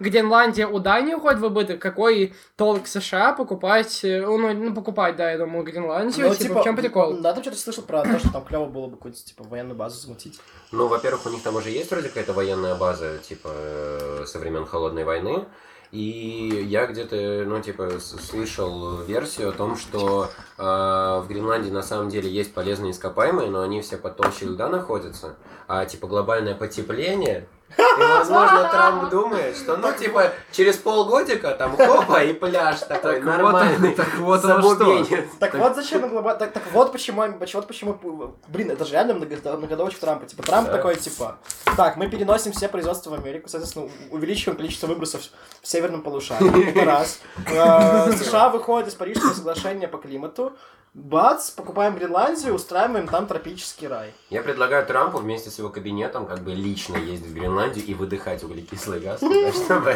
S2: Гренландия у Дании уходит в убыток, какой толк США покупать... э, Ну, ну, покупать, да, я думаю, Гренландию.
S4: Ну,
S2: типа, в чем прикол?
S4: Да, ты что-то слышал про то, что там клево было бы какую-нибудь, типа, военную базу замутить.
S5: Ну, во-первых, у них там уже есть вроде какая-то военная база, типа, э, со времен Холодной войны. И я где-то, ну, типа, с- слышал версию о том, что э, в Гренландии на самом деле есть полезные ископаемые, но они все под толщей льда находятся. А, типа, глобальное потепление... И, возможно, Трамп думает, что, ну, типа, через полгодика там хопа и пляж такой
S6: Так вот
S5: нормальный.
S6: оно- так вот оно что.
S5: забубенец.
S4: Так, вот зачем глобально... Так, так вот почему... им- поч- Вот почему... пу- Блин, это же реально многода- многоходовочка Трампа. Типа, Трамп
S5: Да.
S4: такой, типа... Так, мы переносим все производства в Америку, соответственно, у- увеличиваем количество выбросов в северном полушарии. Это [laughs] Раз. Э, США выходит из Парижского соглашения по климату. Бац, покупаем Гренландию, устраиваем там тропический рай.
S5: Я предлагаю Трампу вместе с его кабинетом как бы лично ездить в Гренландию и выдыхать углекислый
S4: [laughs]
S5: газ, туда, чтобы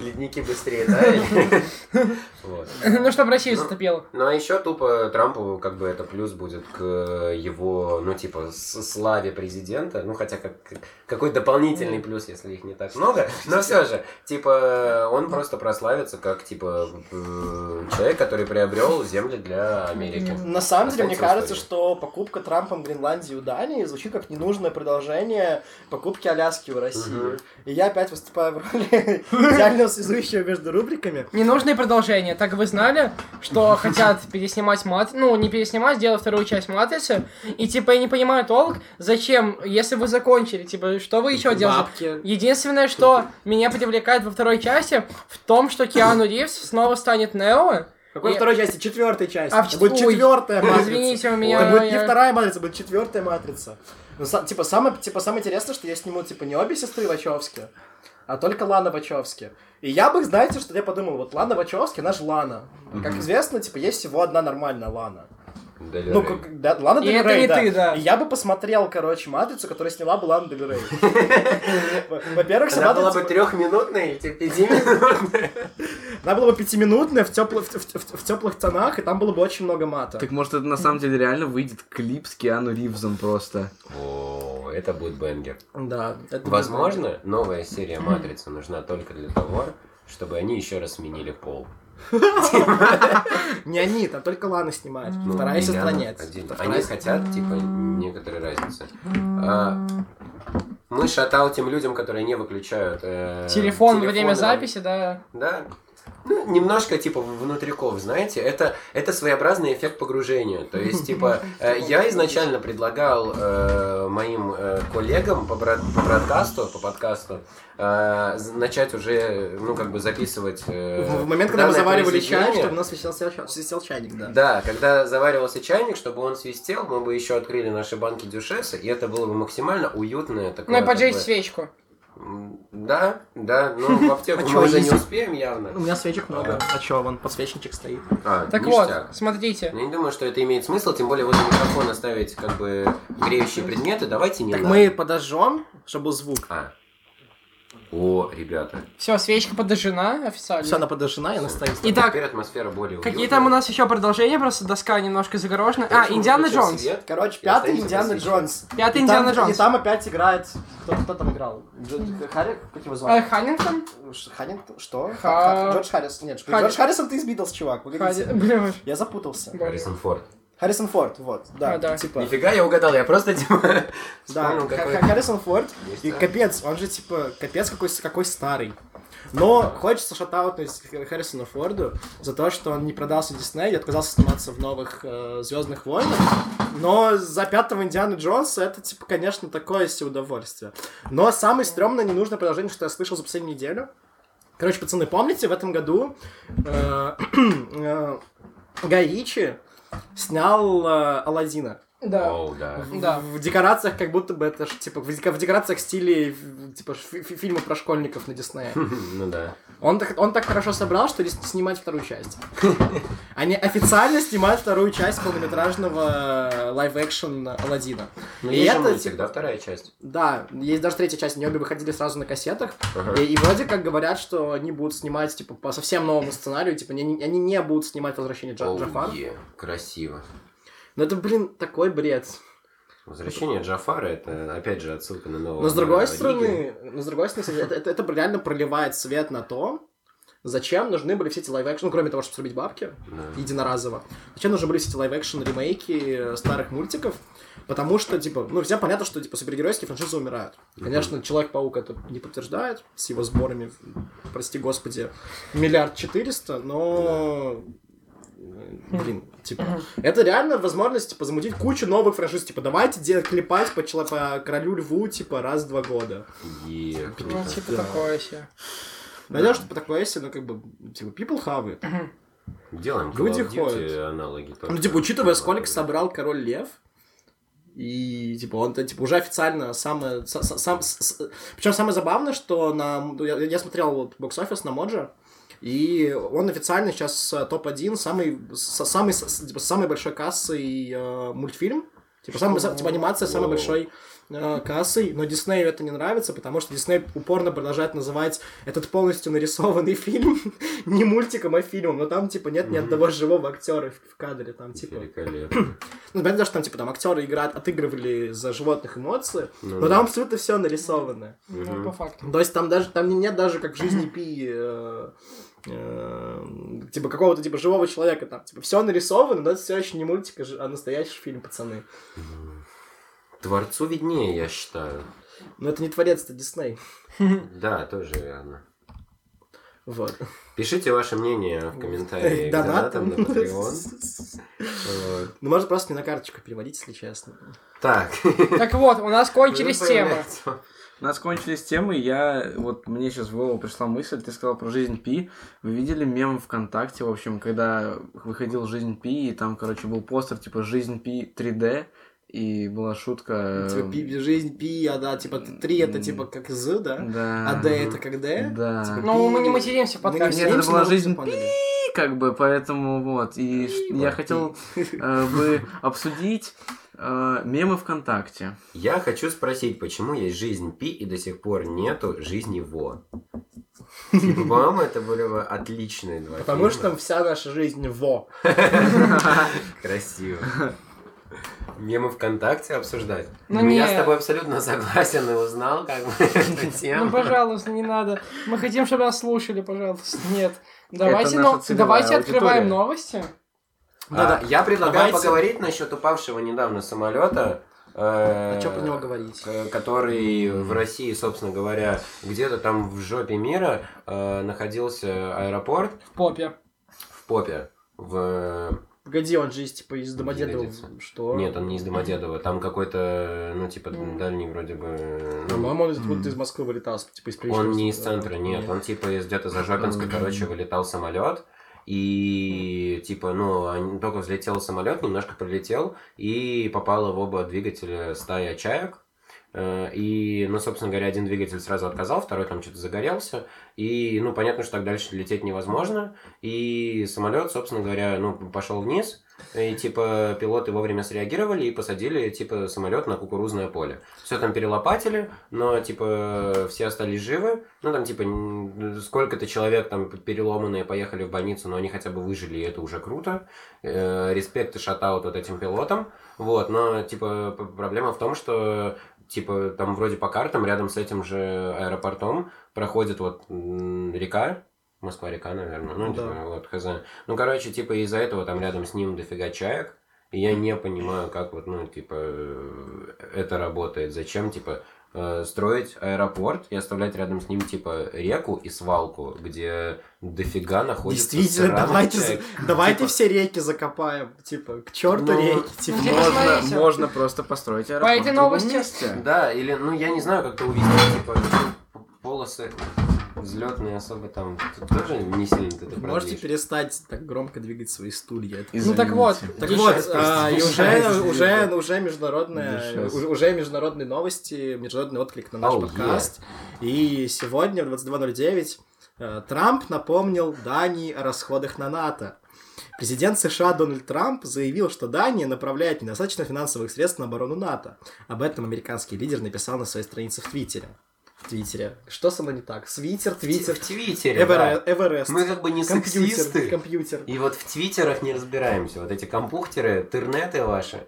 S5: ледники быстрее таяли. Вот.
S2: [clears throat] Ну, чтобы Россию затопило.
S5: Ну а еще тупо Трампу как бы это плюс будет к его, ну типа, с- славе президента. Ну хотя как, какой дополнительный плюс, если их не так много. Но все же, типа, он просто прославится как, типа, э, человек, который приобрел земли для Америки.
S4: На самом деле, мне
S5: Останется
S4: кажется,
S5: история.
S4: что покупка Трампом Гренландии у Дании звучит как ненужное продолжение покупки Аляски у России. России. И я опять выступаю в роли [laughs] идеального связующего между рубриками.
S2: Ненужные продолжения. Так вы знали,
S4: [laughs]
S2: что хотят переснимать мат... Ну, не переснимать, сделать вторую часть матрицы. И типа я не понимаю толк, зачем, если вы закончили, типа, что вы еще делаете?
S4: Бабки.
S2: Единственное, что меня привлекает во второй части, в том, что Киану Ривз снова станет Нео.
S4: Какой
S2: И-
S4: второй части? Четвертой части.
S2: А в
S4: Это будет
S2: чет- ой,
S4: четвертая матрица.
S2: извините, у меня-
S4: Это будет не
S2: я-
S4: вторая матрица, будет четвертая матрица. Ну, са- типа, самое, типа, самое интересное, что я сниму, типа, не обе сестры Вачовски, а только Лана Вачовски. И я бы, знаете, что я подумал, вот Лана Вачовски, она же Лана. Как известно, типа, есть всего одна нормальная Лана.
S5: Дали
S4: Ну,
S5: рейд.
S4: как, да, Лана
S2: И
S4: Дель
S2: это
S4: Рей,
S2: не ты, да.
S4: И я бы посмотрел, короче, матрицу, которую сняла бы Лана
S5: [laughs]
S4: Дель Рей. Во-первых,
S5: Она
S4: сама
S5: была бы
S4: типа-
S5: трехминутной, типа, пятиминутной.
S4: она была бы пятиминутная в теплых, в, в- в теплых тонах, и там было бы очень много мата.
S6: Так может это на самом деле реально выйдет клип с Киану Ривзом просто.
S5: О, это будет бенгер.
S4: Да. это
S5: Возможно, новая серия Матрицы нужна только для того, чтобы они еще раз сменили пол.
S4: Не они, там только Лана снимает.
S5: Ну,
S4: Вторая
S5: или
S4: сестра
S5: она
S4: нет.
S5: отдельно.
S4: Вторая
S5: Они
S4: сестра-
S5: хотят, типа, некоторой разницы. А, Мы шатаутим людям, которые не выключают э,
S2: Телефон во время
S5: телефоны.
S2: записи, да.
S5: Да. Ну, немножко типа внутриков, знаете, это, это своеобразный эффект погружения. То есть, типа, э, я изначально предлагал э, моим э, коллегам по, брат, по бродкасту, по подкасту, э, з- начать уже, ну, как бы записывать... э,
S4: В в момент, когда мы
S5: данное
S4: заваривали чай,
S5: произведение.
S4: чтобы у нас свистел, ча- свистел чайник, да.
S5: Да, когда заваривался чайник, чтобы он свистел, мы бы еще открыли наши банки дюшеса, и это было бы максимально уютное такое.
S2: Ну и
S5: как
S2: поджечь
S5: бы,
S2: свечку.
S5: м, Да, да, но в аптеку
S4: А чё,
S5: мы уже не
S4: есть?
S5: успеем явно.
S4: У меня свечек много.
S5: Ага.
S4: А чё, вон подсвечничек стоит.
S5: А,
S2: Так
S5: ништяк.
S2: вот, смотрите.
S5: Я не думаю, что это имеет смысл, тем более возле микрофона ставить как бы греющие предметы. Давайте не
S4: Так
S5: надо.
S4: мы подожжем, чтобы был звук.
S5: А. О, ребята.
S2: Все, свечка подожжена
S4: Все,
S2: официально.
S4: она подожжена, и она стоит.
S2: Итак,
S5: А Теперь атмосфера более
S2: какие
S5: уютная.
S2: там у нас еще продолжения? Просто доска немножко загорожена. А,
S5: Почему
S2: Индиана
S5: выключил
S2: Джонс.
S5: свет?
S4: Короче,
S5: И остаёмся
S4: пятый Индиана
S5: без свечи.
S4: Джонс.
S2: Пятый
S4: И
S2: Индиана
S4: там-
S2: Джонс.
S4: И там опять играет... Кто, кто там играл? Дж- Харри? Как его
S2: Э,
S4: звали?
S2: Ханнингтон?
S4: Ш- Харрингтон? Что?
S2: Ха-
S4: Джордж Харрисон. Нет,
S2: Харри-
S4: Джордж Харрисон ты из Битлз, чувак. погодите.
S2: Ханни- [laughs] Блин,
S4: Я запутался.
S5: Харрисон Форд.
S4: Харрисон Форд, вот, да,
S2: А, да.
S4: типа,
S5: Нифига, я угадал, я просто типа...
S4: да,
S5: вспомнил,
S4: Ха-
S5: какой-
S4: Ха- Харрисон Форд,
S5: Есть,
S4: и
S5: да.
S4: капец, он же, типа, капец какой, с- какой старый. Но хочется шатаутнуть Хар- Харрисону Форду за то, что он не продался Дисней и отказался сниматься в новых Звездных войнах. Но за пятого Индиана Джонса это, типа, конечно, такое себе удовольствие. Но самое стрёмное ненужное продолжение, что я слышал за последнюю неделю. Короче, пацаны, помните, в этом году э, [clears throat] э, Гай Ричи снял э, Аладдина.
S2: Да.
S5: Оу, да.
S4: В-
S2: Да.
S4: В декорациях как будто бы это ж, типа в, дека- в декорациях в стиле в- типа фи- фи- фильма про школьников на Диснея.
S5: [laughs] Ну да.
S4: Он так, он так хорошо собрал, что рис- снимать вторую часть. Они официально снимают вторую часть полнометражного э, лайв-экшн Алладина.
S5: Ну
S4: И
S5: есть же
S4: это,
S5: мультик, да, вторая часть.
S4: Да, есть даже третья часть, они обе выходили сразу на кассетах. И, и вроде как говорят, что они будут снимать типа по совсем новому сценарию, типа они, они не будут снимать возвращение Джа-
S5: Оу,
S4: Джафара.
S5: е, красиво.
S4: Но это, блин, такой бред.
S5: Возвращение Джафара, это опять же отсылка на нового.
S4: Но с другой
S5: Лиги.
S4: стороны, но с другой стороны, это, это- это реально проливает свет на то, зачем нужны были все эти лайв ну, кроме того, чтобы срубить бабки
S5: Да.
S4: единоразово, зачем нужны были все эти лайв-экшн ремейки э, старых мультиков, потому что, типа, ну, всем понятно, что, типа, супергеройские франшизы умирают. Конечно, Человек-паук это не подтверждает, с его сборами, прости господи, миллиард четыреста, но... э, Блин, типа, это реально возможность, типа, замутить кучу новых франшиз, типа, давайте делать, клепать по, чело- по королю льву, типа, раз в два года.
S5: Е,
S2: Ну,
S5: круто.
S2: типа
S4: Да.
S2: такое себе.
S4: Надеюсь, что по такое если, ну, как бы, типа, people have it.
S5: Делаем
S4: Люди
S5: Call of Duty
S4: ходят.
S5: аналоги.
S4: Ну,
S5: только.
S4: типа, учитывая, сколько собрал король лев, и, типа, он, типа, уже официально самое... са- са- сам, Причем самое забавное, что на... Я, я смотрел вот бокс-офис на Моджо, и он официально сейчас э, топ-1 самый, с- самый, с- с- типа, с самой большой кассой э, мультфильм. Типа, самый, са- типа анимация самой
S5: Вау.
S4: большой э, кассой, но Диснею это не нравится, потому что Дисней упорно продолжает называть этот полностью нарисованный фильм [laughs] не мультиком, а фильмом, но там, типа, нет ни одного живого актера в в кадре, там, типа...
S5: Великолепно.
S4: Ну, понятно, что там, типа, там актеры играют, отыгрывали за животных эмоции,
S5: Ну
S4: но
S5: да.
S4: там абсолютно все нарисовано.
S2: Ну, По факту.
S4: То есть там даже, там нет даже, как в
S5: [clears throat]
S4: жизни Пи, э, э, типа, какого-то, типа, живого человека там. Типа, все нарисовано, но это все еще не мультик, а ж- а настоящий фильм, пацаны. [laughs]
S5: Творцу виднее, я считаю.
S4: Но это не творец, это Дисней.
S5: Да, тоже верно.
S4: Вот.
S5: Пишите ваше мнение в
S4: Э,
S5: комментариях к донатам на
S4: [laughs]
S5: Patreon. Вот.
S4: Ну, можно просто мне на карточку переводить, если честно.
S5: Так.
S2: Так вот, у нас кончились
S5: Ну,
S2: темы.
S6: У нас кончились темы, я... Вот мне сейчас в голову пришла мысль, ты сказал про «Жизнь Пи». Вы видели мем ВКонтакте, в общем, когда выходил «Жизнь Пи», и там, короче, был постер типа «Жизнь Пи 3D», и была шутка...
S4: Типа,
S5: Эм.
S4: пи- жизнь пи, а да, типа, ты- три это типа как з, да?
S6: эм, Да.
S4: А д это как д?
S6: Да.
S4: Типа,
S2: Но Ну, мы
S4: пи-
S2: не материмся в
S4: Мы не
S2: подкасте.
S6: Нет, это
S4: материмся,
S6: была
S4: но вы
S6: жизнь
S4: всё поняли.
S6: И как бы, поэтому вот. И ш- я хотел э, бы обсудить э, мемы ВКонтакте.
S5: Я хочу спросить, почему есть жизнь Пи и до сих пор нету жизни Во?
S4: [laughs]
S5: Типа, по-моему, это были бы отличные два
S4: Потому
S5: фильма.
S4: что
S5: [laughs]
S4: там вся наша жизнь во.
S5: Красиво. Мемы ВКонтакте обсуждать.
S2: Ну,
S5: Ну, я
S2: нет.
S5: с тобой абсолютно согласен и узнал, как бы, [laughs] эту
S2: Ну,
S5: тему.
S2: пожалуйста, не надо. Мы хотим, чтобы нас слушали, пожалуйста. Нет. Давайте,
S6: наша
S2: но-
S6: целевая
S2: давайте открываем
S6: аудитория.
S2: новости.
S5: А, Я предлагаю
S4: Давайте.
S5: поговорить насчет упавшего недавно самолета.
S4: А что про него
S5: Э,
S4: говорить?
S5: к- который в России, собственно говоря, где-то там в жопе мира э, находился аэропорт
S2: В попе.
S5: в Попе. В...
S4: Погоди, он же из типа из Домодедова.
S5: Единица.
S4: Что?
S5: Нет, он не из Домодедова, там какой-то, ну, типа,
S2: Ну.
S5: дальний вроде бы... ну,
S4: По-моему, он из, вот из Москвы вылетал, типа из
S5: Он не из
S4: Причистинска.
S5: центра, нет, он типа из где-то за Жопинска, короче, вылетал самолет. И типа, ну, они- только взлетел самолет, немножко прилетел, и попало в оба двигателя стая чаек. Э, И, ну, собственно говоря, один двигатель сразу отказал, второй там что-то загорелся. И, ну, понятно, что так дальше лететь невозможно. И самолет, собственно говоря, ну, пошел вниз. И, типа, пилоты вовремя среагировали и посадили, типа, самолет на кукурузное поле. Все там перелопатили, но, типа, все остались живы. Ну, там, типа, м, сколько-то человек там переломанные поехали в больницу, но они хотя бы выжили, и это уже круто. Э, респект и шатаут вот этим пилотам. Вот, но, типа, п- проблема в том, что, типа, там вроде по картам рядом с этим же аэропортом проходит вот м, река, Москва-река, наверное, ну,
S4: Да.
S5: типа, вот, хз. Ну, короче, типа, из-за этого там рядом с ним дофига чаек, и я не понимаю, как вот, ну, типа, э, это работает, зачем, типа, э, строить аэропорт и оставлять рядом с ним, типа, реку и свалку, где дофига находится...
S4: Действительно,
S5: сраных
S4: давайте,
S5: чаек.
S4: за- давайте все реки закопаем. Типа, к черту
S5: типа Ну,
S4: реки. Типа,
S2: ну,
S4: можно-
S6: Можно,
S2: Посмотрите.
S6: можно просто построить аэропорт.
S2: этой
S6: в другом
S2: новости.
S6: месте.
S5: Да, или, ну, я не знаю, как то увидеть, типа, ну, п- полосы взлетные особо там тут тоже не сильно ты это
S4: Можете
S5: продлишь.
S4: перестать так громко двигать свои стулья. Это-
S2: Ну так
S6: Извините.
S2: вот,
S4: Так
S5: Дышать
S4: вот,
S5: просто,
S4: а, и
S5: дышать.
S4: уже, уже, уже международные,
S6: Дышать.
S4: уже, уже международные новости, международный отклик на наш
S5: Oh,
S4: подкаст. И сегодня в 22.09 э, Трамп напомнил Дании о расходах на НАТО. Президент США Дональд Трамп заявил, что Дания направляет недостаточно финансовых средств на оборону НАТО. Об этом американский лидер написал на своей странице в Твиттере. В Твиттере. Что со мной не так? Свитер, Твиттер,
S5: В Твиттере, да.
S4: Эвере- Эверест.
S5: Мы как бы не
S4: компьютер,
S5: сексисты.
S4: компьютер.
S5: И вот в твиттерах не разбираемся. Вот эти компухтеры, интернеты ваши,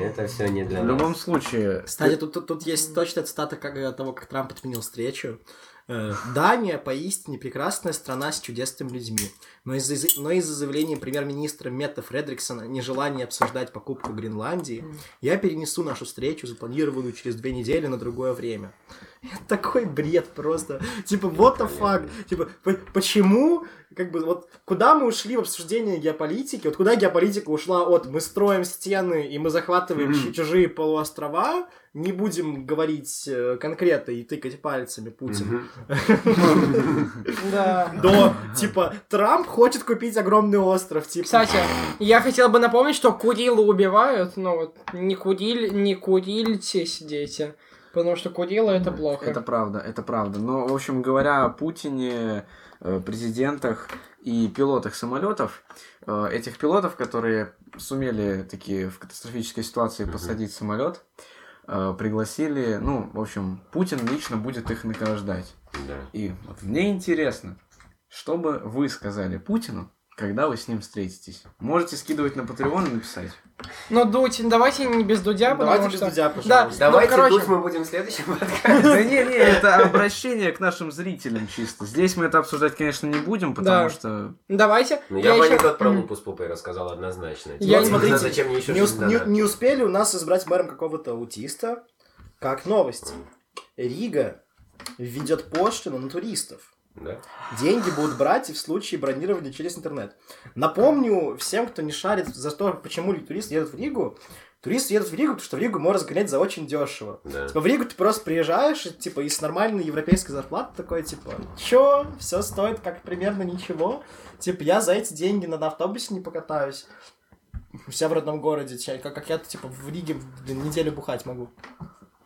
S5: это все не для
S6: В
S5: нас.
S6: любом случае...
S4: Кстати, тут, тут, тут есть точная цитата как, э, того, как Трамп отменил встречу. Э, Дания поистине прекрасная страна с чудесными людьми. Но из-за но из-за заявления премьер-министра Метта Фредриксона нежелание обсуждать покупку Гренландии, я перенесу нашу встречу, запланированную через две недели, на другое время. [laughs] Это такой бред просто. Типа, what the fuck? Типа, п- почему? Как бы, вот куда мы ушли в обсуждение геополитики? Вот куда геополитика ушла от мы строим стены и мы захватываем
S6: Мгм.
S4: чу- чужие полуострова, не будем говорить э, конкретно и тыкать пальцами Путина.
S5: Мгм.
S2: да.
S4: До, типа, Трамп хочет купить огромный остров, типа.
S2: Кстати, я хотел бы напомнить, что Курила убивают, но вот не, куриль, не курильтесь, дети. Потому что Курила это плохо.
S6: Это правда, это правда. Но, в общем, говоря о Путине, э, президентах и пилотах самолетов, э, этих пилотов, которые сумели такие в катастрофической ситуации
S5: Мгм.
S6: посадить самолет, э, пригласили, ну, в общем, Путин лично будет их награждать.
S5: Да.
S6: И вот мне интересно, что бы вы сказали Путину, когда вы с ним встретитесь? Можете скидывать на Patreon и написать.
S2: Но Ну, Дудь, давайте не без Дудя,
S4: Давайте
S2: потому
S4: без
S2: что...
S4: Дудя,
S2: Да,
S4: пожалуйста.
S5: Давайте
S2: ну, короче,
S5: тут мы будем в следующем подкасте.
S6: Да не, не, это обращение к нашим зрителям чисто. Здесь мы это обсуждать, конечно, не будем, потому
S2: Да.
S6: что
S2: давайте...
S5: Ну, я бы
S2: ещё-
S5: анекдот про лупу с пупой рассказал однозначно.
S2: Я
S5: Я
S2: не-
S5: не знаю,
S4: Смотрите,
S5: зачем мне еще
S4: Не, ус-
S5: что-то
S4: не- не успели у нас избрать мэром какого-то аутиста, как новость. Рига введет пошлину на туристов.
S5: Да?
S4: Деньги будут брать и в случае бронирования через интернет. Напомню всем, кто не шарит за то, почему туристы едут в Ригу. Туристы едут в Ригу, потому что в Ригу можно сгонять за очень дешево.
S5: Да.
S4: Типа в Ригу ты просто приезжаешь, и, типа, и с нормальной европейской зарплаты такой, типа, чё, все стоит как примерно ничего. Типа, я за эти деньги на, на автобусе не покатаюсь. У себя в родном городе, чай, как, как я, типа, в Риге в- блин, неделю бухать могу.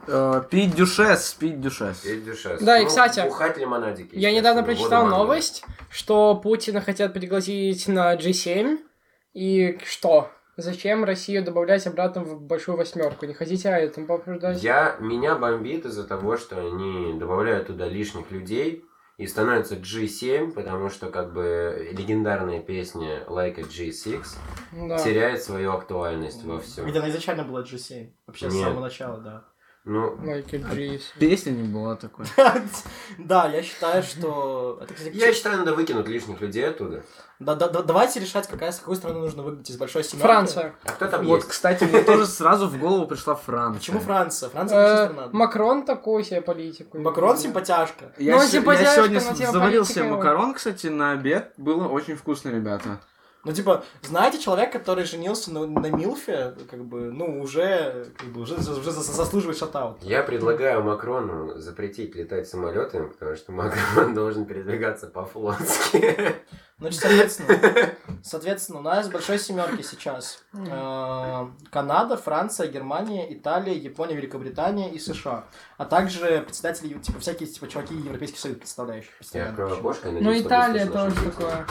S6: Э, Пить дюшес, пить дюшес.
S5: Петь душа.
S2: Да, и, кстати,
S5: Ну, Бухать лимонадики.
S2: Я недавно
S5: естественно,
S2: прочитал
S5: воду можно.
S2: новость, что Путина хотят пригласить на G7. И что? Зачем Россию добавлять обратно в большую восьмерку? Не хотите о этом пообсуждать?
S5: Я, меня бомбит из-за того, что они добавляют туда лишних людей и становится G7, потому что как бы легендарная песня Like a G6
S2: Да.
S5: теряет свою актуальность во всем.
S4: Ведь она а изначально была G7. Вообще с
S5: Нет.
S4: самого начала, да. [laughs]
S5: Ну,
S2: Like a G7.
S6: Песня не была такой.
S4: Да, я считаю, что... это, кстати,
S5: я считаю, надо выкинуть лишних людей оттуда.
S4: Да, да, да, давайте решать, какая, с какой страны нужно выгнать из большой семерки.
S2: Франция.
S5: А кто там
S6: Вот,
S5: есть? Э,
S6: кстати, мне тоже сразу в голову пришла Франция.
S4: Почему Франция? Франция большая
S2: Э,
S4: страна.
S2: Макрон такую себе политику.
S4: Макрон симпатяшка.
S6: Я,
S2: Ну,
S6: се- я
S2: симпатяшка,
S6: сегодня
S2: но
S6: с-
S2: тема
S6: заварил
S2: политика
S6: себе
S2: его.
S6: макарон, кстати, на обед. Было очень вкусно, ребята.
S4: Ну, типа, знаете, человек, который женился на, на Милфе, как бы, ну, уже, как бы, уже, уже зас- заслуживает шатаут.
S5: Я предлагаю Макрону запретить летать самолетами, потому что Макрон [laughs] должен передвигаться по-флотски.
S4: Ну, Значит, соответственно, соответственно, у нас большой семерки сейчас. Э, Канада, Франция, Германия, Италия, Япония, Великобритания и США. А также председатели, ю- типа, всякие, типа, чуваки Европейский Союз представляющих.
S5: Я
S4: постоянно.
S5: открою окошко, и
S2: Ну,
S5: надеюсь, что
S2: Италия
S5: будет слышно
S2: тоже
S5: наши песни.
S2: такое.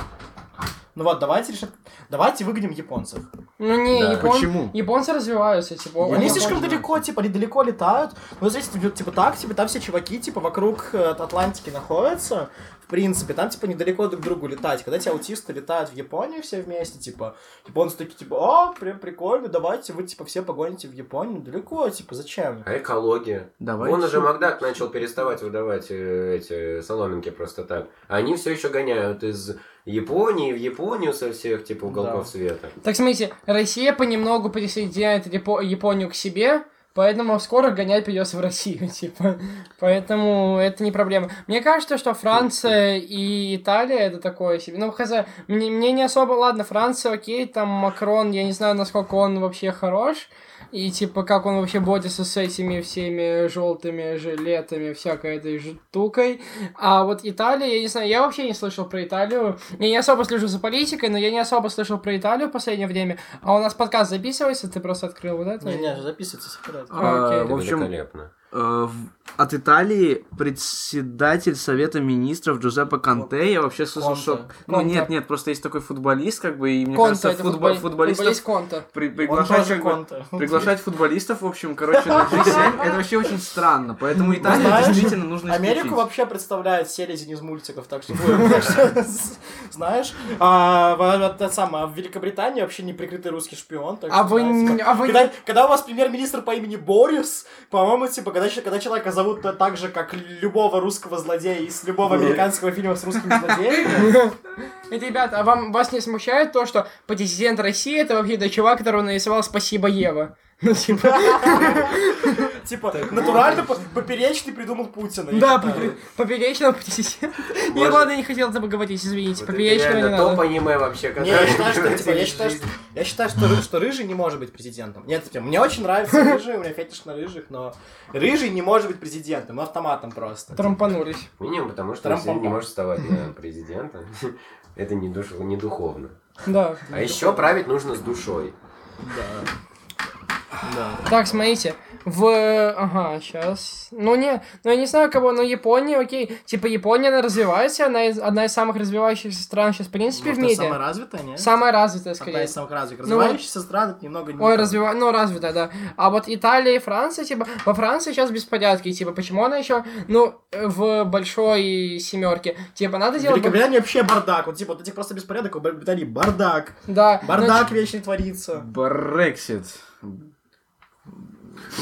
S4: Ну вот, давайте решать. Давайте выгоним японцев.
S2: Ну, не,
S5: Да.
S2: япон-
S6: Почему?
S2: японцы развиваются, типа.
S4: Они
S2: очень
S4: слишком
S2: хорошо.
S4: далеко, типа, они далеко летают. Ну, смотрите, идет, типа, так, типа, там все чуваки, типа, вокруг э, от Атлантики находятся, в принципе, там, типа, недалеко друг к другу летать. Когда эти аутисты летают в Японию все вместе, типа, японцы такие, типа, о, прям прикольно, давайте вы, типа, все погоните в Японию, далеко, типа, зачем?
S5: А экология?
S6: Давай.
S5: Вон уже Макдак начал переставать выдавать э, эти соломинки просто так. Они все еще гоняют из Японии в Японию со всех типа уголков
S4: Да.
S5: света.
S2: Так смотрите, Россия понемногу присоединяет Япо- Японию к себе, поэтому скоро гонять придется в Россию, [laughs] типа. Поэтому это не проблема. Мне кажется, что Франция и Италия это такое себе. Ну, хз, мне, мне не особо, ладно, Франция, окей, там Макрон, я не знаю, насколько он вообще хорош. И типа, как он вообще борется с этими всеми желтыми жилетами, всякой этой штукой. А вот Италия, я не знаю, я вообще не слышал про Италию. Я не особо слежу за политикой, но я не особо слышал про Италию в последнее время. А у нас подкаст записывается, ты просто открыл вот это?
S4: Не-не, записывайтесь, аккуратно.
S6: А,
S2: Окей.
S6: В общем,
S5: Великолепно.
S6: Э, в- От Италии председатель Совета Министров Джузеппе Конте. Я вообще слышал,
S4: Конте.
S6: что... Ну,
S2: Конте.
S6: нет, нет, просто есть такой футболист, как бы, и мне
S2: Конте,
S6: кажется,
S2: это
S6: футбо-
S2: футболи- футболист
S6: футболистов...
S2: Конте.
S6: при-
S4: Он
S6: приглашать,
S4: тоже
S6: как бы-
S4: конта.
S6: приглашать футболистов, в общем, короче, на G7, это вообще очень странно. Поэтому Италию
S4: знаешь,
S6: действительно нужно
S4: Америку
S6: исключить.
S4: вообще представляет селезень из мультиков, так что будем, так что, [laughs] знаешь. А в- а, та самая, а в Великобритании вообще неприкрытый русский шпион. так
S2: А
S4: что,
S2: вы,
S4: знаете,
S2: не- а вы
S4: Когда, когда у вас премьер-министр по имени Борис, по-моему, типа, когда, щ- когда человека зовут то- так же, как любого русского злодея из любого американского фильма с
S2: [laughs]
S4: русскими злодеями,
S2: Это, ребята, а вам вас не смущает то, что президент России это вообще-то чувак, которого нарисовал «Спасибо, Ева»? [laughs] Ну, типа,
S4: типа, натурально по- поперечный придумал Путина. я
S2: да,
S4: считаю.
S2: попер- поперечного президента. Я,
S5: Боже.
S2: ладно, не хотел это говорить, извините,
S5: Вот это
S2: поперечного не
S5: реально топ
S2: надо.
S5: аниме вообще,
S4: Не, я
S5: которое
S4: считаю,
S5: [laughs]
S4: что, типа, я
S5: видишь
S4: считаю,
S5: жизнь.
S4: что, я считаю, что, ры- что рыжий не может быть президентом. Нет, типа, мне очень нравится рыжий, у меня фетиш на рыжих, но рыжий не может быть президентом, автоматом просто.
S2: Трампанулись.
S5: Минимум, потому что
S4: Трампом.
S5: ты не можешь вставать
S4: [laughs]
S5: на президента. [laughs] Это не, душ- не духовно.
S2: Да.
S5: А еще править нужно с душой.
S2: Так, смотрите, в... Ага, сейчас... Ну, не, ну, я не знаю, кого, но Япония, окей. Типа, Япония, она развивается, она из- одна из самых развивающихся стран сейчас, в принципе, в
S4: Может, это самая
S2: мире.
S4: развитая, нет?
S2: Самая развитая,
S4: Одна
S2: скорее.
S4: из самых развитых.
S2: Ну вот.
S4: Развивающиеся страны это немного... не
S2: Ой,
S4: так.
S2: развива... ну, развитая, да. А вот Италия и Франция, типа, во Франции сейчас беспорядки, типа, почему она еще, ну, э, в большой семерке, типа, надо
S4: В
S2: делать...
S4: Великобритании вообще бардак. Вот типа вот этих просто беспорядок, у Великобритании бардак.
S2: Да, ну,
S4: Бардак вечно творится.
S6: Брексит.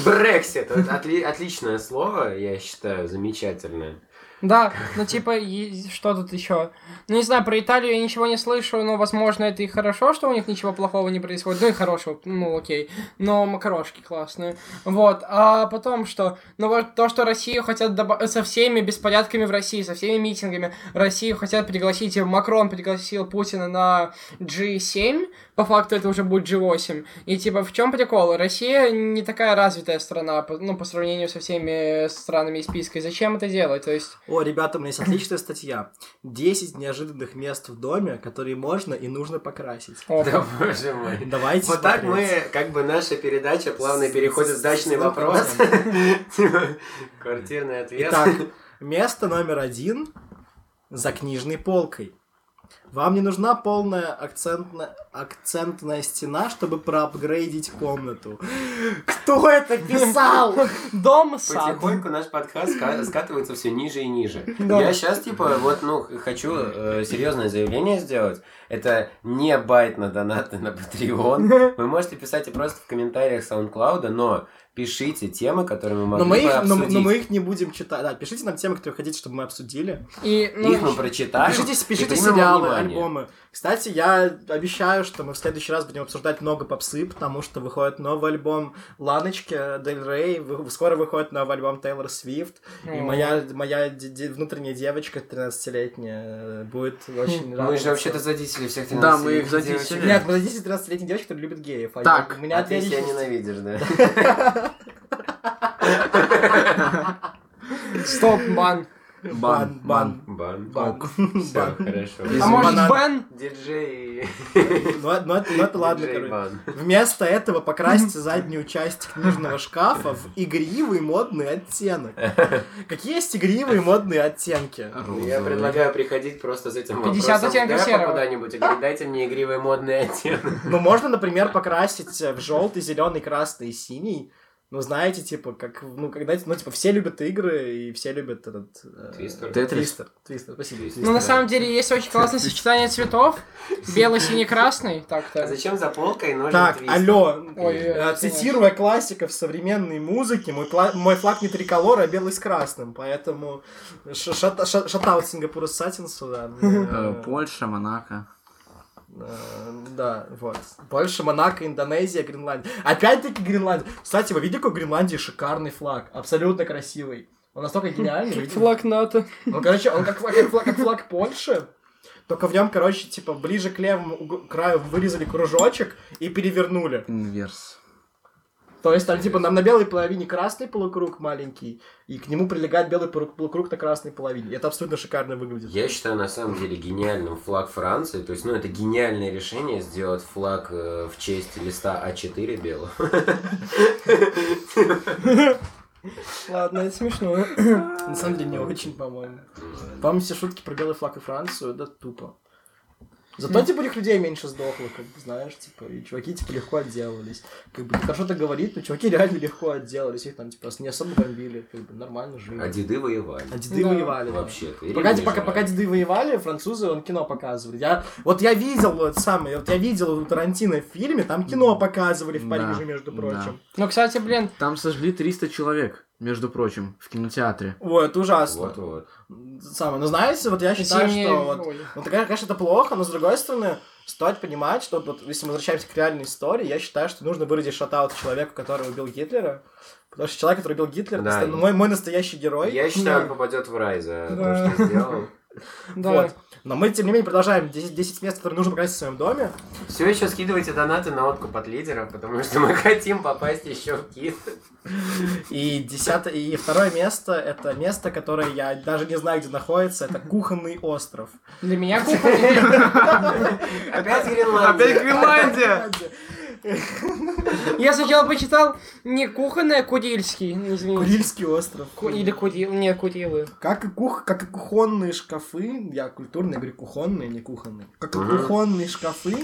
S5: Брексит. Вот отли- Отличное слово, я считаю, замечательное.
S2: Да, ну типа, и что тут еще? Ну не знаю, про Италию я ничего не слышу, но возможно это и хорошо, что у них ничего плохого не происходит. Ну и хорошего, ну окей. Но макарошки классные. Вот, а потом что? Ну вот то, что Россию хотят добав- со всеми беспорядками в России, со всеми митингами, Россию хотят пригласить, и Макрон пригласил Путина на G7, по факту это уже будет G8. И типа, в чем прикол? Россия не такая развитая страна, по- ну, по сравнению со всеми странами из списка. И зачем это делать? То есть,
S4: О, ребята, у меня есть отличная статья. 10 неожиданных мест в доме, которые можно и нужно покрасить.
S2: о,
S5: Да, боже мой.
S4: Давайте
S5: Вот так мы,
S4: смотреть.
S5: как бы наша передача плавно
S4: С-
S5: переходит
S4: с-
S5: в дачный
S4: с-
S5: вопрос.
S4: с-
S5: Типа, Квартирный ответ.
S4: Итак, место номер один за книжной полкой. Вам не нужна полная акцентна- акцентная стена, чтобы проапгрейдить комнату. Кто это писал?
S2: Дом сад.
S5: Потихоньку наш подкаст ска- скатывается все ниже и ниже.
S2: Да.
S5: Я сейчас, типа, вот, ну, хочу э, серьезное заявление сделать. Это не байт на донаты
S4: [laughs]
S5: на Patreon. Вы можете писать и просто в комментариях SoundCloud, но пишите темы, которые мы могли
S4: Но мы,
S5: бы
S4: их, но,
S5: обсудить.
S4: но мы их не будем читать. Да, пишите нам темы, которые хотите, чтобы мы обсудили.
S2: И, ну,
S5: Их мы прочитаем.
S4: Пишите,
S5: и
S4: пишите
S5: примем во
S4: сериалы,
S5: внимание.
S4: альбомы. Кстати, я обещаю, что мы в следующий раз будем обсуждать много попсы, потому что выходит новый альбом Ланочки, Дель Рей, вы- скоро выходит новый альбом Тейлор Свифт. И
S2: О.
S4: моя, моя де- де- внутренняя девочка 13-летняя э, будет очень рада.
S5: Хм, Мы же вообще-то задители всех
S6: Да, мы их
S5: 13-летних
S6: задетили.
S5: девочек.
S4: Нет, подождите 13-летних девочек, которые любят геев. а
S6: Так,
S4: я- у меня
S5: а ты себя
S4: отличный-
S5: ненавидишь, да?
S2: стоп, бан.
S4: Бан, бан,
S5: Бан.
S4: бан.
S5: Все, хорошо.
S2: А
S6: Из
S2: может,
S4: банана.
S2: бен?
S5: Диджей...
S4: Ну, это- ну, это ну, это ладно,
S5: диджей
S4: короче.
S5: бан.
S4: Вместо этого покрасьте заднюю часть книжного шкафа в игривый модный
S5: [laughs]
S4: оттенок. Какие есть игривые модные оттенки?
S5: Я предлагаю приходить просто с этим
S2: 50
S5: вопросом
S2: оттенков
S5: Деппа
S2: серого.
S5: куда-нибудь и говорить, дайте мне игривый модный оттенок.
S4: Ну, можно, например, покрасить э, в желтый, зеленый, красный и синий. Ну, знаете, типа, как, ну, когда, ну, типа, все любят игры, и все любят этот... э,
S5: Твистер.
S6: Тетрис.
S4: Твистер. Твистер, спасибо.
S5: Твистер.
S2: Ну, на самом деле, есть очень классное сочетание цветов. Белый, синий, красный.
S5: А
S2: Так-то.
S5: зачем за полкой нужен
S4: Так,
S5: твистер?
S4: алло,
S2: Ой, э,
S4: Э, Цитируя классиков современной музыки, мой, кла- мой флаг не триколор, а белый с красным, поэтому ш- шата- ша- шатаут Сингапура Сатинсу, да.
S6: Э,
S4: Э,
S6: Польша, Монако.
S4: э, Да, вот. Больше Монако, Индонезия, Гренландия. Опять-таки Гренландия. Кстати, вы видели, какой у Гренландии шикарный флаг? Абсолютно красивый. Он настолько гениальный. вы видели?
S2: Флаг НАТО.
S4: Ну, короче, он как флаг, как флаг, как флаг Польши. Только в нем, короче, типа, ближе к левому уг- краю вырезали кружочек и перевернули.
S6: Инверс.
S4: То есть там, типа, нам на белой половине красный полукруг маленький, и к нему прилегает белый полу- полукруг на красной половине. И это абсолютно шикарно выглядит.
S5: Я считаю, на самом деле, гениальным флаг Франции. То есть, ну, это гениальное решение сделать флаг э, в честь листа А4 белого.
S2: Ладно, это смешно.
S4: На самом деле, не очень, по-моему. По-моему, все шутки про белый флаг и Францию, это тупо. Зато, типа, у них людей меньше сдохло, как бы, знаешь, типа, и чуваки, типа, легко отделались. Как бы, хорошо так говорит, но чуваки реально легко отделались, их там, типа, не особо бомбили, как бы, нормально
S5: А
S4: жили.
S5: деды воевали.
S4: А деды
S2: Да.
S4: воевали. да.
S5: Вообще-то. и
S4: Пока,
S5: ремни
S4: пока, пока
S5: жрали.
S4: деды воевали, французы он кино показывали. Я, вот я видел вот самое, вот я видел у Тарантино в фильме, там кино показывали в
S6: Да,
S4: Париже, между
S6: да.
S4: прочим.
S2: Ну, кстати, блин,
S6: Там сожгли 300 человек, между прочим, в кинотеатре.
S4: Ой, это ужасно.
S5: Вот-вот.
S4: Самое. Ну, знаете, вот я считаю,
S2: зимние...
S4: что вот...
S2: Ой.
S4: Ну, это, конечно, это плохо, но, с другой стороны, стоит понимать, что вот, если мы возвращаемся к реальной истории, я считаю, что нужно выразить шатаут человеку, который убил Гитлера. Потому что человек, который убил Гитлера,
S5: Да.
S4: наста- мой, мой настоящий герой. Ну,
S5: Я считаю, он попадет в рай за
S2: Да.
S5: то, что сделал.
S2: Да.
S4: Вот. Но мы, тем не менее, продолжаем 10, 10 мест, которые нужно покрасить в своем доме.
S5: Все еще скидывайте донаты на откуп от лидеров, потому что мы хотим попасть еще в кит.
S4: И десятое, и второе место это место, которое я даже не знаю, где находится. Это кухонный остров.
S2: Для меня кухня.
S5: Опять Гренландия.
S6: Гренландия!
S2: Я сначала почитал не кухонная, а кудильский. Не извините.
S4: Курильский остров.
S2: Ку- Или кудил... Не, кудилы.
S4: Как и, кух... как и кухонные шкафы, я культурно говорю кухонные, не кухонные. Как и
S5: Мгм.
S4: кухонные шкафы,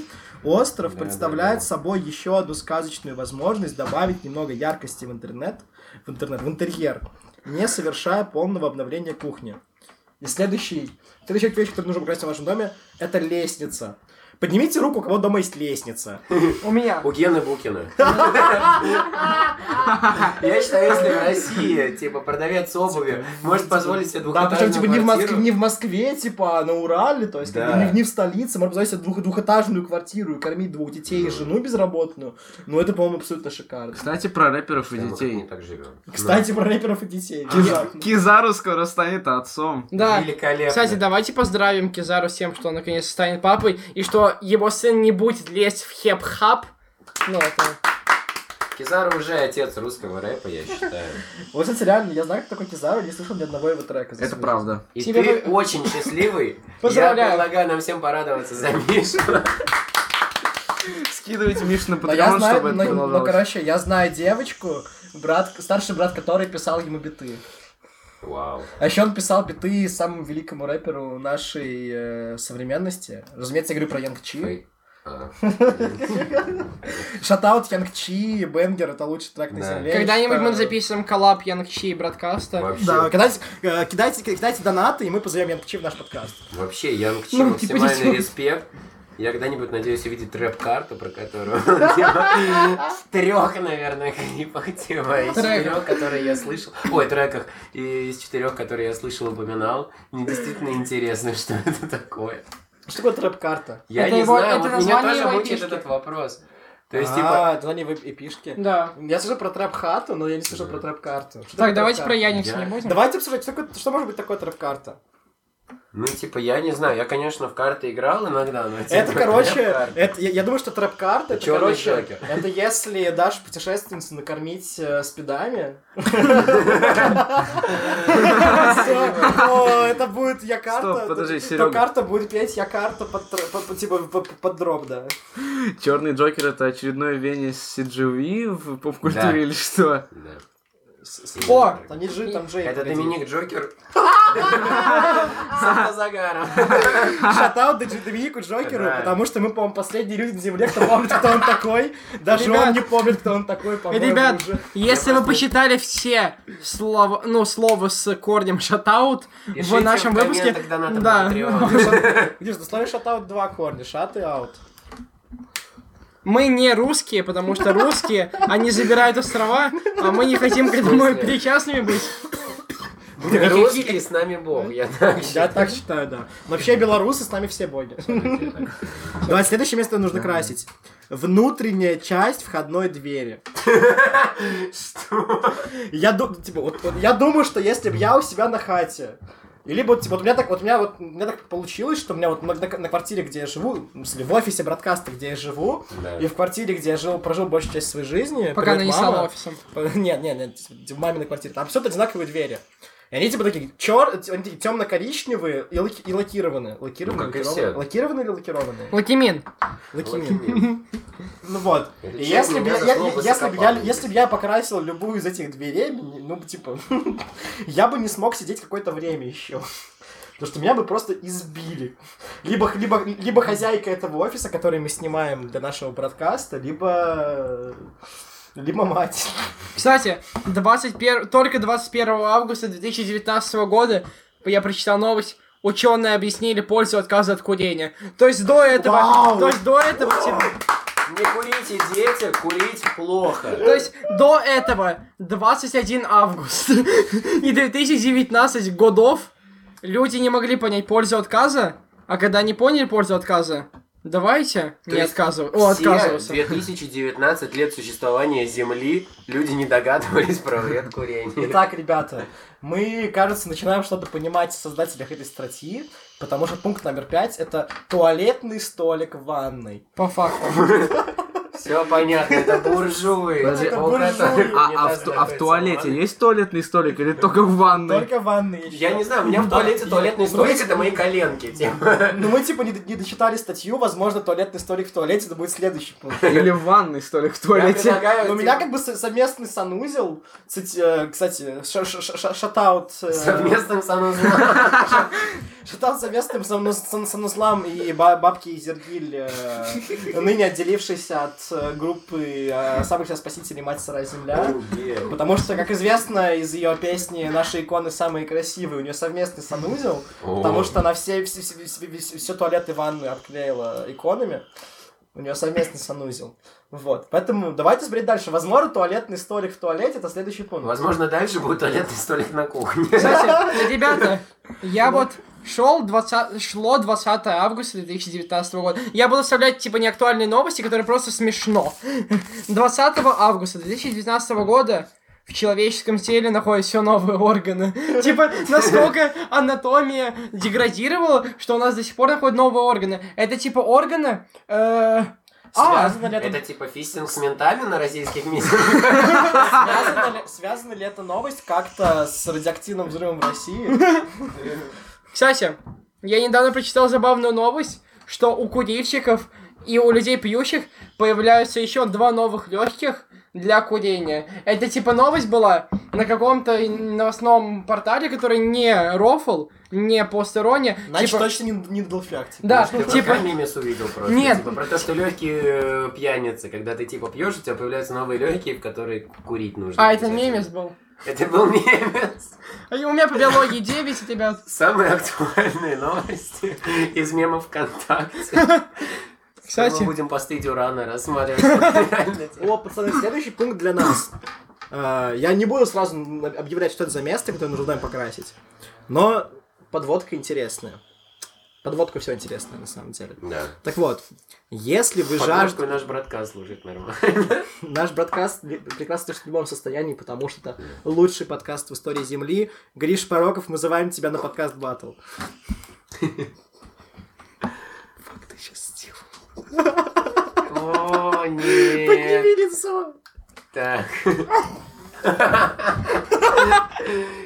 S4: остров
S5: Да,
S4: представляет
S5: да, да.
S4: собой еще одну сказочную возможность добавить немного яркости в интернет, в интернет, в интерьер, не совершая полного обновления кухни. И следующий, следующая вещь, которую нужно украсть в вашем доме, это лестница. Поднимите руку, у кого дома есть
S5: [laughs]
S4: лестница.
S2: У меня.
S5: У Гены Букина. Я считаю, если в России, типа, продавец обуви может позволить
S6: Ну,
S5: себе
S4: Да, причем
S5: двухэтажную
S4: типа не в, Москве,
S5: квартиру.
S4: не в Москве, типа, а на Урале, то есть как бы,
S5: Да.
S4: не, в- не в столице, можно позволить себе двух- двухэтажную квартиру и кормить двух детей и жену безработную. Ну, это, по-моему, абсолютно шикарно.
S6: Кстати, про рэперов и
S5: Да, ну, мы как-то
S6: детей.
S5: не так Ну, живем.
S4: Кстати, про рэперов и детей.
S6: А,
S4: Внезапно.
S6: Кизару скоро станет отцом.
S2: Да.
S5: Великолепно.
S2: Кстати, давайте поздравим Кизару с тем, что он наконец станет папой, и что его сын не будет лезть в хеп-хап. Ну, это...
S5: Кизар уже отец русского рэпа, я считаю.
S4: Вот, кстати, реально, я знаю, кто такой Кизару, не слышал ни одного его трека. за
S6: Это
S4: свою
S6: правда.
S5: И
S2: Тебе
S5: ты
S2: бы-
S5: очень счастливый.
S2: Поздравляю.
S5: Я предлагаю нам всем порадоваться за Мишу.
S6: Скидывайте Мишу на
S4: Но я
S6: Патреон,
S4: знаю,
S6: чтобы это
S4: но, но,
S6: продолжалось.
S4: короче, я знаю девочку, брат, старший брат которой писал ему биты.
S5: Вау.
S4: А еще он писал биты самому великому рэперу нашей э, современности. Разумеется, я говорю про Янг Чи.
S5: Фей- а,
S4: Шатаут Янг Чи, Бенгер, это лучший трек на
S5: Да.
S4: земле.
S2: Когда-нибудь мы
S4: Э,
S2: запишем коллаб Янг Чи и Браткаста.
S5: Вообще,
S4: Да, кидайте, э, кидайте, кидайте донаты, и мы позовем Янг Чи в наш подкаст.
S5: вообще, Янг Чи,
S2: Ну, типа,
S5: максимальный
S2: ничего.
S5: респект. Я когда-нибудь надеюсь увидеть рэп-карту, про
S2: [laughs]
S5: которую я в трех, наверное, клипах, типа, из
S2: Треках.
S5: четырех, которые я слышал. Ой, треках. И из четырех, которые я слышал, упоминал. Мне действительно интересно, что [laughs] это такое.
S4: Что такое трэп-карта?
S5: Я
S2: Это
S5: не
S2: его-
S5: знаю,
S2: это
S5: вот меня
S2: название
S5: тоже
S2: его
S5: мучает
S2: фишки.
S5: этот вопрос. То
S4: То
S5: есть,
S4: есть,
S5: типа,
S4: типа... это не эпишки.
S2: Да.
S4: Я слышал про трэп-хату, но я не слышал про трэп-карту. Что такое
S2: Так, давайте
S4: трэп-карта?
S2: про Яникса
S5: Я-
S2: не будем.
S4: Давайте обсуждать, что, такое- что может быть такое трэп-карта.
S5: ну, типа, я не знаю. Я, конечно, в карты играл иногда, но...
S4: Это,
S5: типа,
S4: короче,
S5: рэп-карты.
S4: это, я, я думаю, что трэп-карта, это,
S5: Чёрный
S4: короче,
S5: Джокер.
S4: это если дашь путешественницу накормить э, спидами. Всё. О, Это будет я-карта.
S6: Стоп, подожди,
S4: То
S6: Серега.
S4: карта будет петь я-карта под тр- под- под- типа под- под дроп, да.
S6: Черный Джокер это очередное вение с CGV в
S5: Да.
S6: поп-культуре или что?
S5: Да.
S2: О!
S4: Там не Джи, там Джей.
S5: Это
S4: э, погоди.
S2: [laughs]
S5: Доминик Джокер. [laughs] С автозагаром.
S4: Шатаут Джи- Доминику Джокеру,
S5: Да.
S4: потому что мы, по-моему, последние люди на Земле, кто помнит, кто он такой. Даже
S2: Ребят.
S4: он не помнит, кто он такой, по-моему,
S2: Ребят,
S4: уже.
S2: если вы посчитали все слова, ну, слово с корнем шатаут в
S5: Пишите
S2: нашем
S5: в
S2: выпуске...
S5: комментах донаты на
S2: Да.
S5: Patreon.
S4: [laughs] Где же, на слове шатаут два корня, шат и аут.
S2: Мы не русские, потому что русские, они забирают острова, а мы не хотим к этому
S5: смысле?
S2: причастными быть.
S5: Русский с нами бог, я так
S4: Я так считаю, да. Вообще белорусы с нами все боги.
S5: считаю.
S4: [laughs] Давай, следующее место нужно красить. Внутренняя часть входной двери. Я, ду- типа, вот- вот я думаю, что если бы я у себя на хате, и либо вот, типа, вот у меня так, вот у меня вот у меня так получилось, что у меня вот на, на- на квартире, где я живу, в смысле, в офисе браткаста, где я живу,
S5: Да.
S4: и в квартире, где я жил, прожил большую часть своей жизни.
S2: Пока она
S4: привет,
S2: не стала
S4: мама.
S2: офисом.
S4: Нет, нет, нет, типа, в маминой квартире. Там все одинаковые двери. И они типа такие чер... они такие темно-коричневые и, лаки- и лакированные. Лакированные,
S5: Ну, как и
S4: лакированные?
S5: все.
S4: лакированные или лакированные?
S2: Лакимин.
S4: Лакими.
S5: Лакими.
S4: Ну вот.
S5: Это
S4: И
S5: честно,
S4: если бы
S5: меня
S4: я,
S5: за
S4: я-
S5: слово
S4: если бы я,
S5: закопали.
S4: если бы я покрасил любую из этих дверей, мне- ну типа, [laughs] я бы не смог сидеть какое-то время еще. Потому что меня бы просто избили. Либо, либо, либо хозяйка этого офиса, который мы снимаем для нашего бродкаста, либо... Либо мать.
S2: Кстати, 21, только 21 августа 2019 года я прочитал новость. Ученые объяснили пользу отказа от курения. То есть до этого,
S4: Вау!
S2: то есть до этого, типа,
S5: Не курите, дети, курить плохо.
S2: то есть до этого 21 август [laughs] и 2019 годов люди не могли понять пользу отказа, а когда они поняли пользу отказа, давайте
S5: То
S2: не
S5: есть
S2: отказываться. О,
S5: Все
S2: отказываться.
S5: 2019 лет существования Земли люди не догадывались про вред курения.
S4: Итак, ребята, мы, кажется, начинаем что-то понимать в создателях этой статьи, потому что пункт номер пять — это туалетный столик в ванной.
S2: По факту.
S5: Все понятно, это буржуи.
S6: Подожди,
S5: Это
S4: а-
S5: буржуи.
S6: А, а в, ту- а в туалете есть туалетный столик или только в ванной?
S4: Только в ванной.
S5: Я не знаю, у меня в
S4: Да,
S5: туалете
S4: я-
S5: туалетный
S4: ну,
S5: столик,
S4: мы-
S5: это мои коленки, типа.
S4: Ну, мы, типа, не, до- не дочитали статью, возможно, туалетный столик в туалете, это будет следующий пункт.
S6: Или в ванной столик в туалете?
S4: Но у
S5: предлагаю,
S4: меня
S5: типа,
S4: как бы со- совместный санузел, кстати, э, кстати, ш- ш- ш- ш- шатаут... э,
S5: совместным санузлом.
S4: Шатаут совместным сануз- сан- санузлам и ба- бабки Изергиль, э, ныне отделившийся от э, э, группы э, самых себя спасителей Мать Сырая Земля. Потому что, как известно, из ее песни «Наши иконы самые красивые» у нее совместный санузел, потому что она все, все, все, все- все туалеты и ванную обклеила иконами. У нее совместный санузел. Вот. Поэтому давайте смотреть дальше. Возможно, туалетный столик в туалете это следующий пункт.
S5: Возможно, дальше будет туалетный столик на кухне.
S2: Кстати, [laughs] ребята, я вот шел 20, шло 20 августа 2019 года. Я буду вставлять, типа, неактуальные новости, которые просто смешно. 20 августа 2019 года в человеческом теле находят все новые
S4: [laughs]
S2: органы. Типа, насколько анатомия деградировала, что у нас до сих пор находят новые органы. Это типа органы... э, а,
S4: Связано ли это,
S5: Это типа фистинг с ментами на российских миссиях?
S4: связано ли- связана ли эта новость как-то с радиоактивным взрывом в России?
S2: Кстати, я недавно прочитал забавную новость, что у куривщиков и у людей пьющих появляются еще два новых легких для курения. Это типа новость была на каком-то новостном портале, который не рофл, не постероне.
S4: Значит,
S2: типа-
S4: точно не, не Длфляк, типа.
S2: Да,
S5: Ты
S2: типа,
S5: типа... мимис увидел просто.
S2: Нет.
S5: Типа, про то, что легкие э, пьяницы, когда ты типа пьешь, у тебя появляются новые легкие, в которые курить нужно.
S2: а это
S5: обязательно.
S2: мемес был.
S5: Это был мемес.
S2: А У меня по биологии 9, ребят.
S5: Самые актуальные новости [laughs] из мемов ВКонтакте.
S2: Кстати.
S5: Мы будем постыть урана
S2: [laughs]
S5: рассматривать. Реально, типа.
S4: О, пацаны, следующий пункт для нас. Э, Я не буду сразу на- объявлять, что это за место, которое нужно нам покрасить. Но подводка интересная. Подводка все интересная, на самом деле.
S5: Да.
S4: Так вот, если вы жажд...
S5: Жажду наш братка служит нормально. [laughs]
S4: Наш подкаст ли- прекрасно слышит в любом состоянии, потому что это лучший подкаст в истории Земли. Гриш Пороков, мы называем тебя на подкаст Баттл. Как ты сейчас сделал?
S5: О, нет.
S4: Подними лицо!
S5: Так.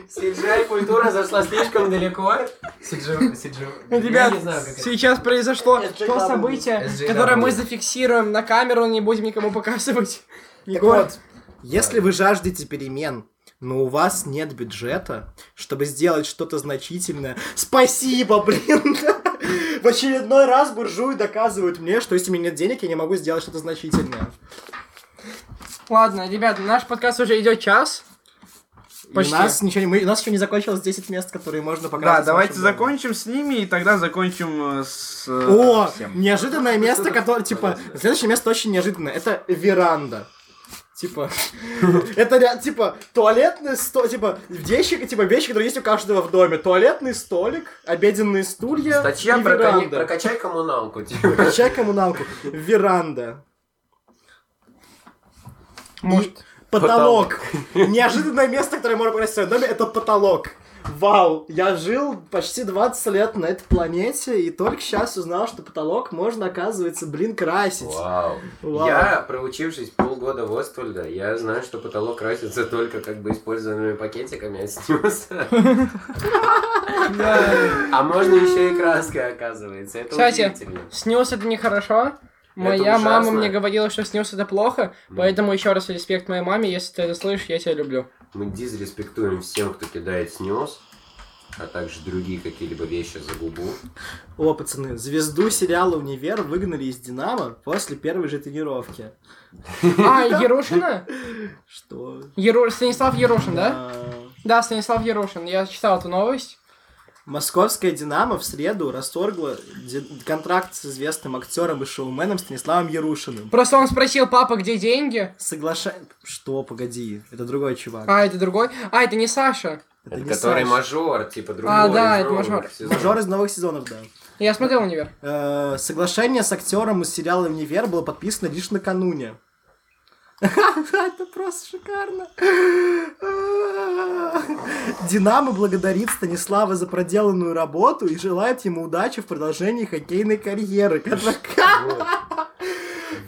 S5: Сиджай культура зашла слишком далеко. Сиджи... Сиджи...
S2: Ребят,
S5: Я не знаю, как это.
S2: сейчас произошло
S4: SJW.
S2: то событие, которое мы зафиксируем на камеру, не будем никому показывать.
S4: Так
S2: Егор.
S4: вот, если вы жаждете перемен, но у вас нет бюджета, чтобы сделать что-то значительное, спасибо, блин! [laughs] В очередной раз буржуи доказывают мне, что если у меня нет денег, я не могу сделать что-то значительное.
S2: Ладно, ребята, наш подкаст уже идет час.
S4: И
S2: Почти.
S4: У нас ничего не- мы- у нас еще не закончилось 10 мест, которые можно
S6: Да,
S4: показать.
S6: давайте закончим с ними, и тогда закончим э, с... э,
S4: О,
S6: всем.
S4: неожиданное
S5: [laughs]
S4: место, которое, типа, следующее место очень неожиданное. Это веранда. Типа, [laughs] это, ре- типа, туалетный стол, типа, вещи, типа, вещи, которые есть у каждого в доме. Туалетный столик, обеденные стулья
S5: Статья
S4: и
S5: про кони-
S4: веранда.
S5: прокачай коммуналку, типа.
S4: Прокачай коммуналку. Веранда.
S2: Может.
S4: Потолок. Неожиданное место, которое можно показать в своем доме, это потолок. Вау, я жил почти 20 лет на этой планете и только сейчас узнал, что потолок можно, оказывается, блин, красить.
S5: Вау.
S4: Вау.
S5: Я, проучившись полгода в Оствальда, я знаю, что потолок красится только как бы использованными пакетиками от снюса. А можно еще и краской, оказывается. Это
S2: Кстати,
S5: удивительно.
S2: Снюс это нехорошо. Моя мама
S5: ужасно.
S2: мне говорила, что снюс это плохо,
S5: Мгм.
S2: поэтому еще раз респект моей маме, если ты это слышишь, я тебя люблю.
S5: [laughs] Мы дизреспектуем всем, кто кидает снес, а также другие какие-либо вещи за губу.
S4: О, пацаны, звезду сериала «Универ» выгнали из «Динамо» после первой же тренировки.
S2: А, Ерушина?
S4: Что?
S2: Яру- Станислав Ерушин, да?
S4: А,
S2: Да, Станислав Ерушин. Я читал эту новость.
S4: Московская «Динамо» в среду расторгла ди- контракт с известным актером и шоуменом Станиславом Ярушиным.
S2: Просто он спросил, папа, где деньги?
S4: Соглаша... Что, погоди, это другой чувак.
S2: А, это другой. А, это не Саша.
S5: Это,
S4: не
S5: который
S4: Саша.
S5: мажор, типа другой.
S2: А, да,
S5: из
S2: это
S5: новых
S2: мажор.
S5: сезонов.
S4: Мажор из новых сезонов, да.
S2: Я смотрел универ.
S4: Э, соглашение с актером из сериала «Универ» было подписано лишь накануне. [laughs] Это просто шикарно. [laughs] Динамо благодарит Станислава за проделанную работу и желает ему удачи в продолжении хоккейной карьеры.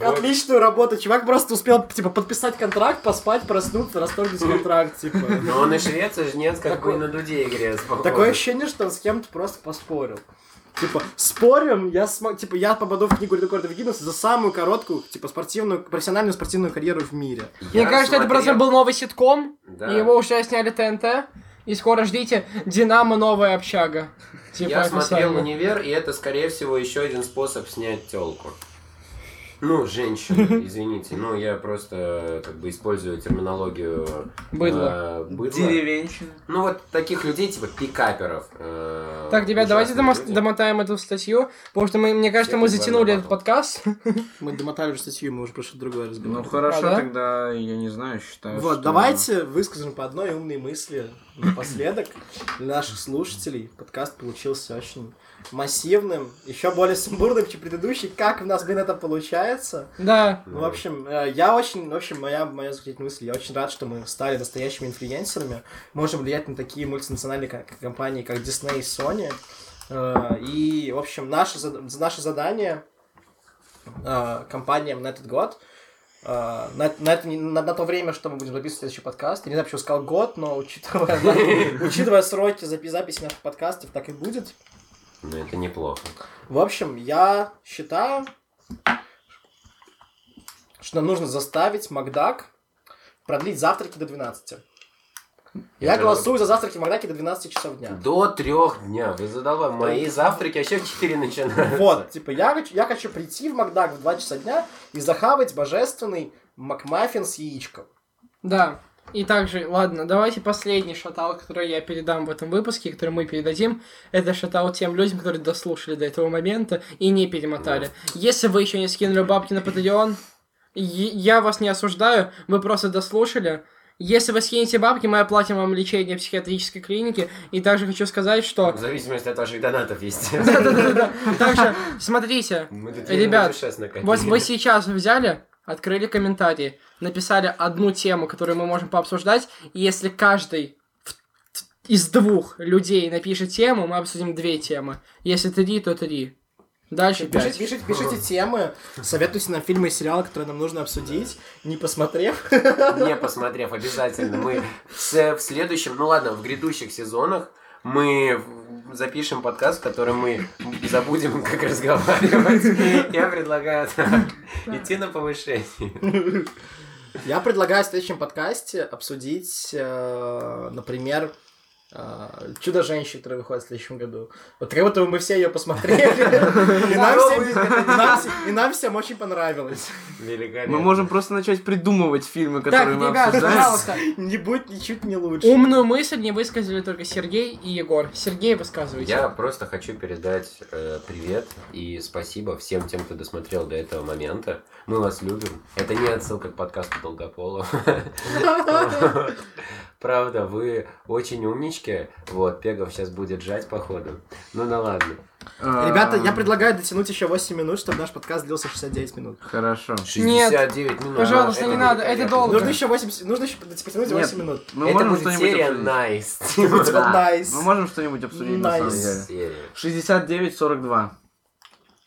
S4: Отличную работу. Чувак просто успел типа подписать контракт, поспать, проснуться, расторгнуть контракт. Типа.
S5: Но он и швец, и жнец, как бы и на дуде игрец. походу.
S4: Такое ощущение, что он с кем-то просто поспорил. Типа, спорим, я смог, типа, я попаду в книгу рекордов Гиннесса за самую короткую, типа, спортивную, профессиональную спортивную карьеру в мире.
S5: Я
S2: Мне кажется, это просто
S5: смотрел-
S2: был новый ситком.
S5: Да.
S2: и Его уже сняли ТНТ. И скоро ждите Динамо новая общага. Типа
S5: Я смотрел
S2: официально.
S5: универ, и это, скорее всего, еще один способ снять телку.
S2: [laughs]
S5: Ну, женщина, извините. Ну, я просто э, как бы использую терминологию э,
S2: Быдло.
S5: быдла.
S6: Деревенщина.
S5: Ну, вот таких людей, типа пикаперов. э,
S2: Так, ребят, давайте
S5: ужасные
S2: домо-
S5: люди.
S2: домотаем эту статью, потому что мы, мне кажется,
S5: Я
S2: мы
S5: тут
S2: затянули
S5: больно
S2: этот подкаст. [laughs]
S4: Мы домотали уже статью, мы уже про что-то другое
S6: Ну
S4: разговаривали.
S6: хорошо,
S2: да?
S6: тогда я не знаю, считаю.
S4: Вот,
S6: что-
S4: давайте выскажем по одной умной мысли напоследок для наших слушателей. Подкаст получился очень массивным, еще более сумбурным, чем предыдущий. Как у нас, блин, это получается?
S2: Да.
S4: Ну, в общем, э, я очень, в общем, моя, моя заключительная мысль, я очень рад, что мы стали настоящими инфлюенсерами, можем влиять на такие мультинациональные ко- компании, как Disney и Sony. Э, И, в общем, наше, зад- наше задание э, компаниям на этот год, э, на, на, это не- на- на то время, что мы будем записывать следующий подкаст, я не знаю, почему сказал год, но учитывая, [laughs] учитывая сроки запи- записи наших подкастов, так и будет.
S5: Ну, это неплохо.
S4: В общем, я считаю, что нам нужно заставить Макдак продлить завтраки до 12. Я
S5: Это-
S4: голосую за завтраки в Макдаке до 12 часов дня.
S5: До трех дня. Вы задолбали. Мои завтраки вообще в 4 начинаются.
S4: Вот, типа, я хочу, я хочу прийти в Макдак в 2 часа дня и захавать божественный Макмаффин с яичком.
S2: Да. И также, ладно, давайте последний шатал, который я передам в этом выпуске, который мы передадим, это шатал тем людям, которые дослушали до этого момента и не перемотали. Если вы еще не скинули бабки на Патреон, е- я вас не осуждаю, вы просто дослушали. Если вы скинете бабки, мы оплатим вам лечение в психиатрической клинике. И также хочу сказать, что...
S5: В зависимости от ваших донатов, есть.
S2: [laughs] Да-да-да-да. Также, смотрите,
S5: Мы тут
S2: Ребят,
S5: минуты шесть накатили.
S2: вот вы сейчас взяли, открыли комментарии, написали одну тему, которую мы можем пообсуждать, и если каждый в- в- из двух людей напишет тему, мы обсудим две темы. Если три, то три. Дальше
S4: Пишите,
S2: пять.
S4: пишите, пишите темы, советуйте нам фильмы и сериалы, которые нам нужно обсудить, не посмотрев.
S5: не посмотрев, обязательно. Мы с- в следующем, ну ладно, в грядущих сезонах мы в- запишем подкаст, в котором мы забудем, как разговаривать. Я предлагаю так, идти на повышение.
S4: Я предлагаю в следующем подкасте обсудить, э, например, э, «Чудо-женщин», которая выходит в следующем году. Вот как будто бы мы все ее посмотрели. И нам всем- и нам всем- И нам всем очень понравилось.
S5: Великолепно.
S6: Мы можем просто начать придумывать фильмы,
S2: Так,
S6: которые мы
S2: ребят,
S6: обсуждаем.
S2: пожалуйста,
S4: Не будет ничуть не
S2: [laughs]
S4: лучше.
S2: умную мысль не высказали только Сергей и Егор. Сергей, высказывайте.
S5: Я просто хочу передать э, привет и спасибо всем тем, кто досмотрел до этого момента. Мы вас любим. Это не отсылка к подкасту Долгополова. [laughs] Правда, вы очень умнички. Вот, Пегов сейчас будет жать, походу. Ну да ладно.
S6: А,
S4: Ребята, я предлагаю дотянуть еще 8 минут, чтобы наш подкаст длился 69 минут.
S6: Хорошо.
S5: 69 минут.
S2: пожалуйста, не надо, это
S5: великолепно.
S2: долго.
S4: Нужно еще 80, нужно еще потянуть
S6: Нет.
S4: 8 минут.
S6: Мы
S5: это
S6: можем
S5: будет
S6: Ну, что-нибудь
S5: серия
S6: обсудить.
S5: Nice.
S4: Типа,
S6: Да.
S4: nice.
S6: Мы можем что-нибудь обсудить на самом деле.
S4: Nice.
S5: [laughs] Серия.
S6: 69-42.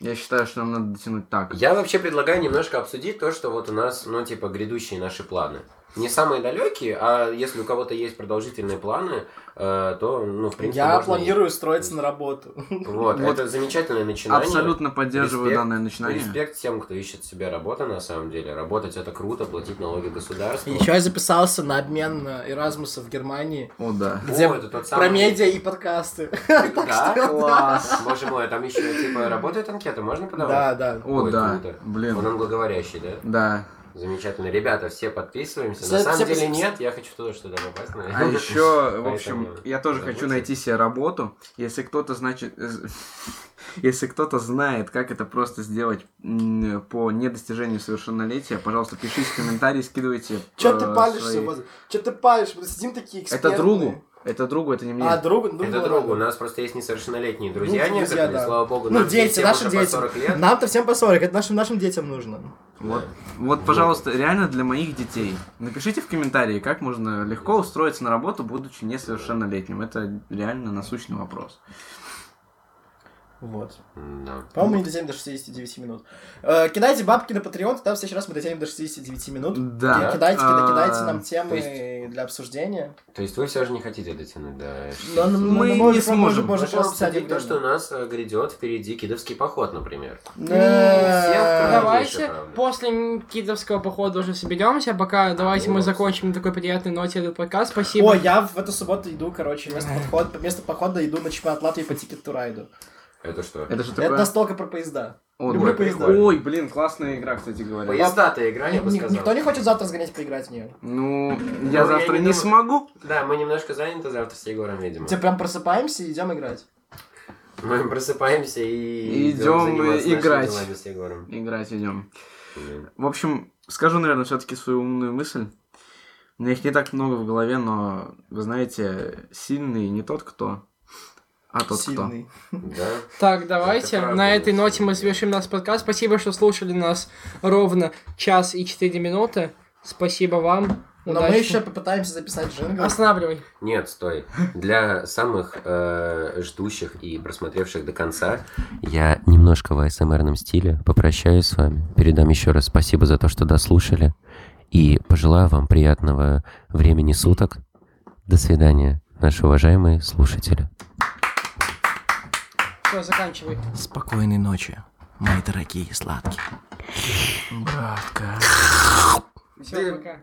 S6: Я считаю, что нам надо дотянуть так.
S5: Я вообще предлагаю немножко обсудить то, что вот у нас, ну, типа, грядущие наши планы. Не самые далекие, а если у кого-то есть продолжительные планы, э, то, ну, в принципе,
S4: Я
S5: можно и-
S4: планирую устроиться на работу.
S5: Вот,
S6: Вот.
S5: это замечательное начинание.
S6: Абсолютно поддерживаю
S5: Респект.
S6: данное начинание.
S5: Респект тем, кто ищет себе работу, на самом деле. Работать это круто, платить налоги государству.
S4: Еще я записался на обмен э, Эразмуса в Германии.
S6: О, да.
S5: О,
S4: где
S5: это тот самый...
S4: Про медиа и подкасты.
S5: [laughs] Да?
S6: Класс.
S5: Боже мой, а там еще, типа, работает анкета, можно подавать?
S4: Да, да.
S6: О,
S5: [laughs] Ой,
S6: да.
S5: круто. Он
S6: Блин.
S5: англоговорящий, да?
S6: Да.
S5: Замечательно. Ребята, все подписываемся.
S4: Все-
S5: На самом
S4: все
S5: деле
S4: подпис-
S5: нет, я хочу тоже что-то добавить.
S6: А
S5: наверное.
S6: еще, в
S5: Поэтому
S6: общем, я тоже хочу
S5: забудьте.
S6: найти себе работу. Если кто-то, значит, э, [laughs] если кто-то знает, как это просто сделать м, по недостижению совершеннолетия, пожалуйста, пишите комментарии, скидывайте.
S4: Че ты
S6: э,
S4: палишься?
S6: свои-
S4: вот? Че ты палишь? Мы сидим такие экспертные.
S6: Это другу. Это другу, это не мне.
S4: А, другу? Ну,
S5: Это
S4: ладно.
S5: другу. У нас просто есть несовершеннолетние друзья
S4: Ну, друзья,
S5: некоторые,
S4: да.
S5: слава богу.
S4: Ну,
S5: нам
S4: дети,
S5: всем
S4: наши
S5: уже по
S4: дети.
S5: 40 лет.
S4: Нам-то всем по 40, это нашим, нашим детям нужно.
S6: Вот, вот, пожалуйста, реально для моих детей. Напишите в комментарии, как можно легко устроиться на работу, будучи несовершеннолетним. Это реально насущный вопрос.
S4: Вот.
S5: Да.
S4: По-моему, мы не дотянем до 69 минут. Э, кидайте бабки на Patreon, тогда в следующий раз мы дотянем до 69 минут.
S6: Да.
S4: Ки- Ну, Кидайте, кида-
S6: А,
S4: кидайте нам
S5: то
S4: темы для обсуждения. Ну,
S5: То есть вы все же не хотите дотянуть до...
S4: Но, но-
S6: Мы
S4: но
S6: не
S4: можем-
S6: сможем.
S4: Можем,
S5: Можем
S4: можем просто
S5: обсудить
S4: садить
S5: Ну, то, что у нас э, грядет впереди кидовский поход, например.
S4: Да.
S5: Всех
S2: Давайте
S5: Конечно, правда.
S2: после м, кидовского похода уже соберемся, а пока давайте мы
S5: вот.
S2: закончим на такой приятной ноте этот подкаст. Спасибо.
S4: О, я в эту субботу иду, короче, вместо подхода, вместо похода иду на чемпионат Латвии по тикет райду.
S5: Это что?
S6: Это же
S4: Это
S6: такое...
S4: настолько про поезда.
S6: Отбой.
S5: Люблю поезда.
S6: Ой, блин, классная игра, кстати
S4: э,
S6: говоря.
S5: Поезда-то игра, я бы
S2: Ни- Никто
S5: сказал.
S2: не хочет завтра сгонять поиграть в нее.
S6: Ну,
S5: я
S6: я завтра
S5: не
S6: не
S5: думаю.
S6: смогу.
S5: Да, мы немножко заняты завтра с Егором, видимо.
S2: Типа прям просыпаемся и идем играть.
S5: Мы просыпаемся и
S6: И идем
S5: заниматься нашими
S6: играть.
S5: делами с Егором.
S6: Играть идем. В общем, скажу, наверное, все-таки свою умную мысль. У меня их не так много в голове, но, вы знаете, сильный не тот, кто, а тот, кто.
S4: Сильный.
S5: Да.
S2: Так, давайте.
S5: правда,
S2: На этой
S5: очень
S2: ноте мы
S5: интересно.
S2: завершим наш подкаст. Спасибо, что слушали нас ровно час и четыре минуты. Спасибо вам.
S5: Ну,
S7: Но мы
S2: Удачи.
S7: еще попытаемся записать джингл.
S2: Останавливай.
S5: Нет, стой. Для самых э, ждущих и просмотревших до конца я немножко в АСМРном стиле попрощаюсь с вами. Передам еще раз спасибо за то, что дослушали. И пожелаю вам приятного времени суток. До свидания, наши уважаемые слушатели.
S2: Все, заканчивай.
S4: Спокойной ночи, мои дорогие сладкие.
S2: Все, пока.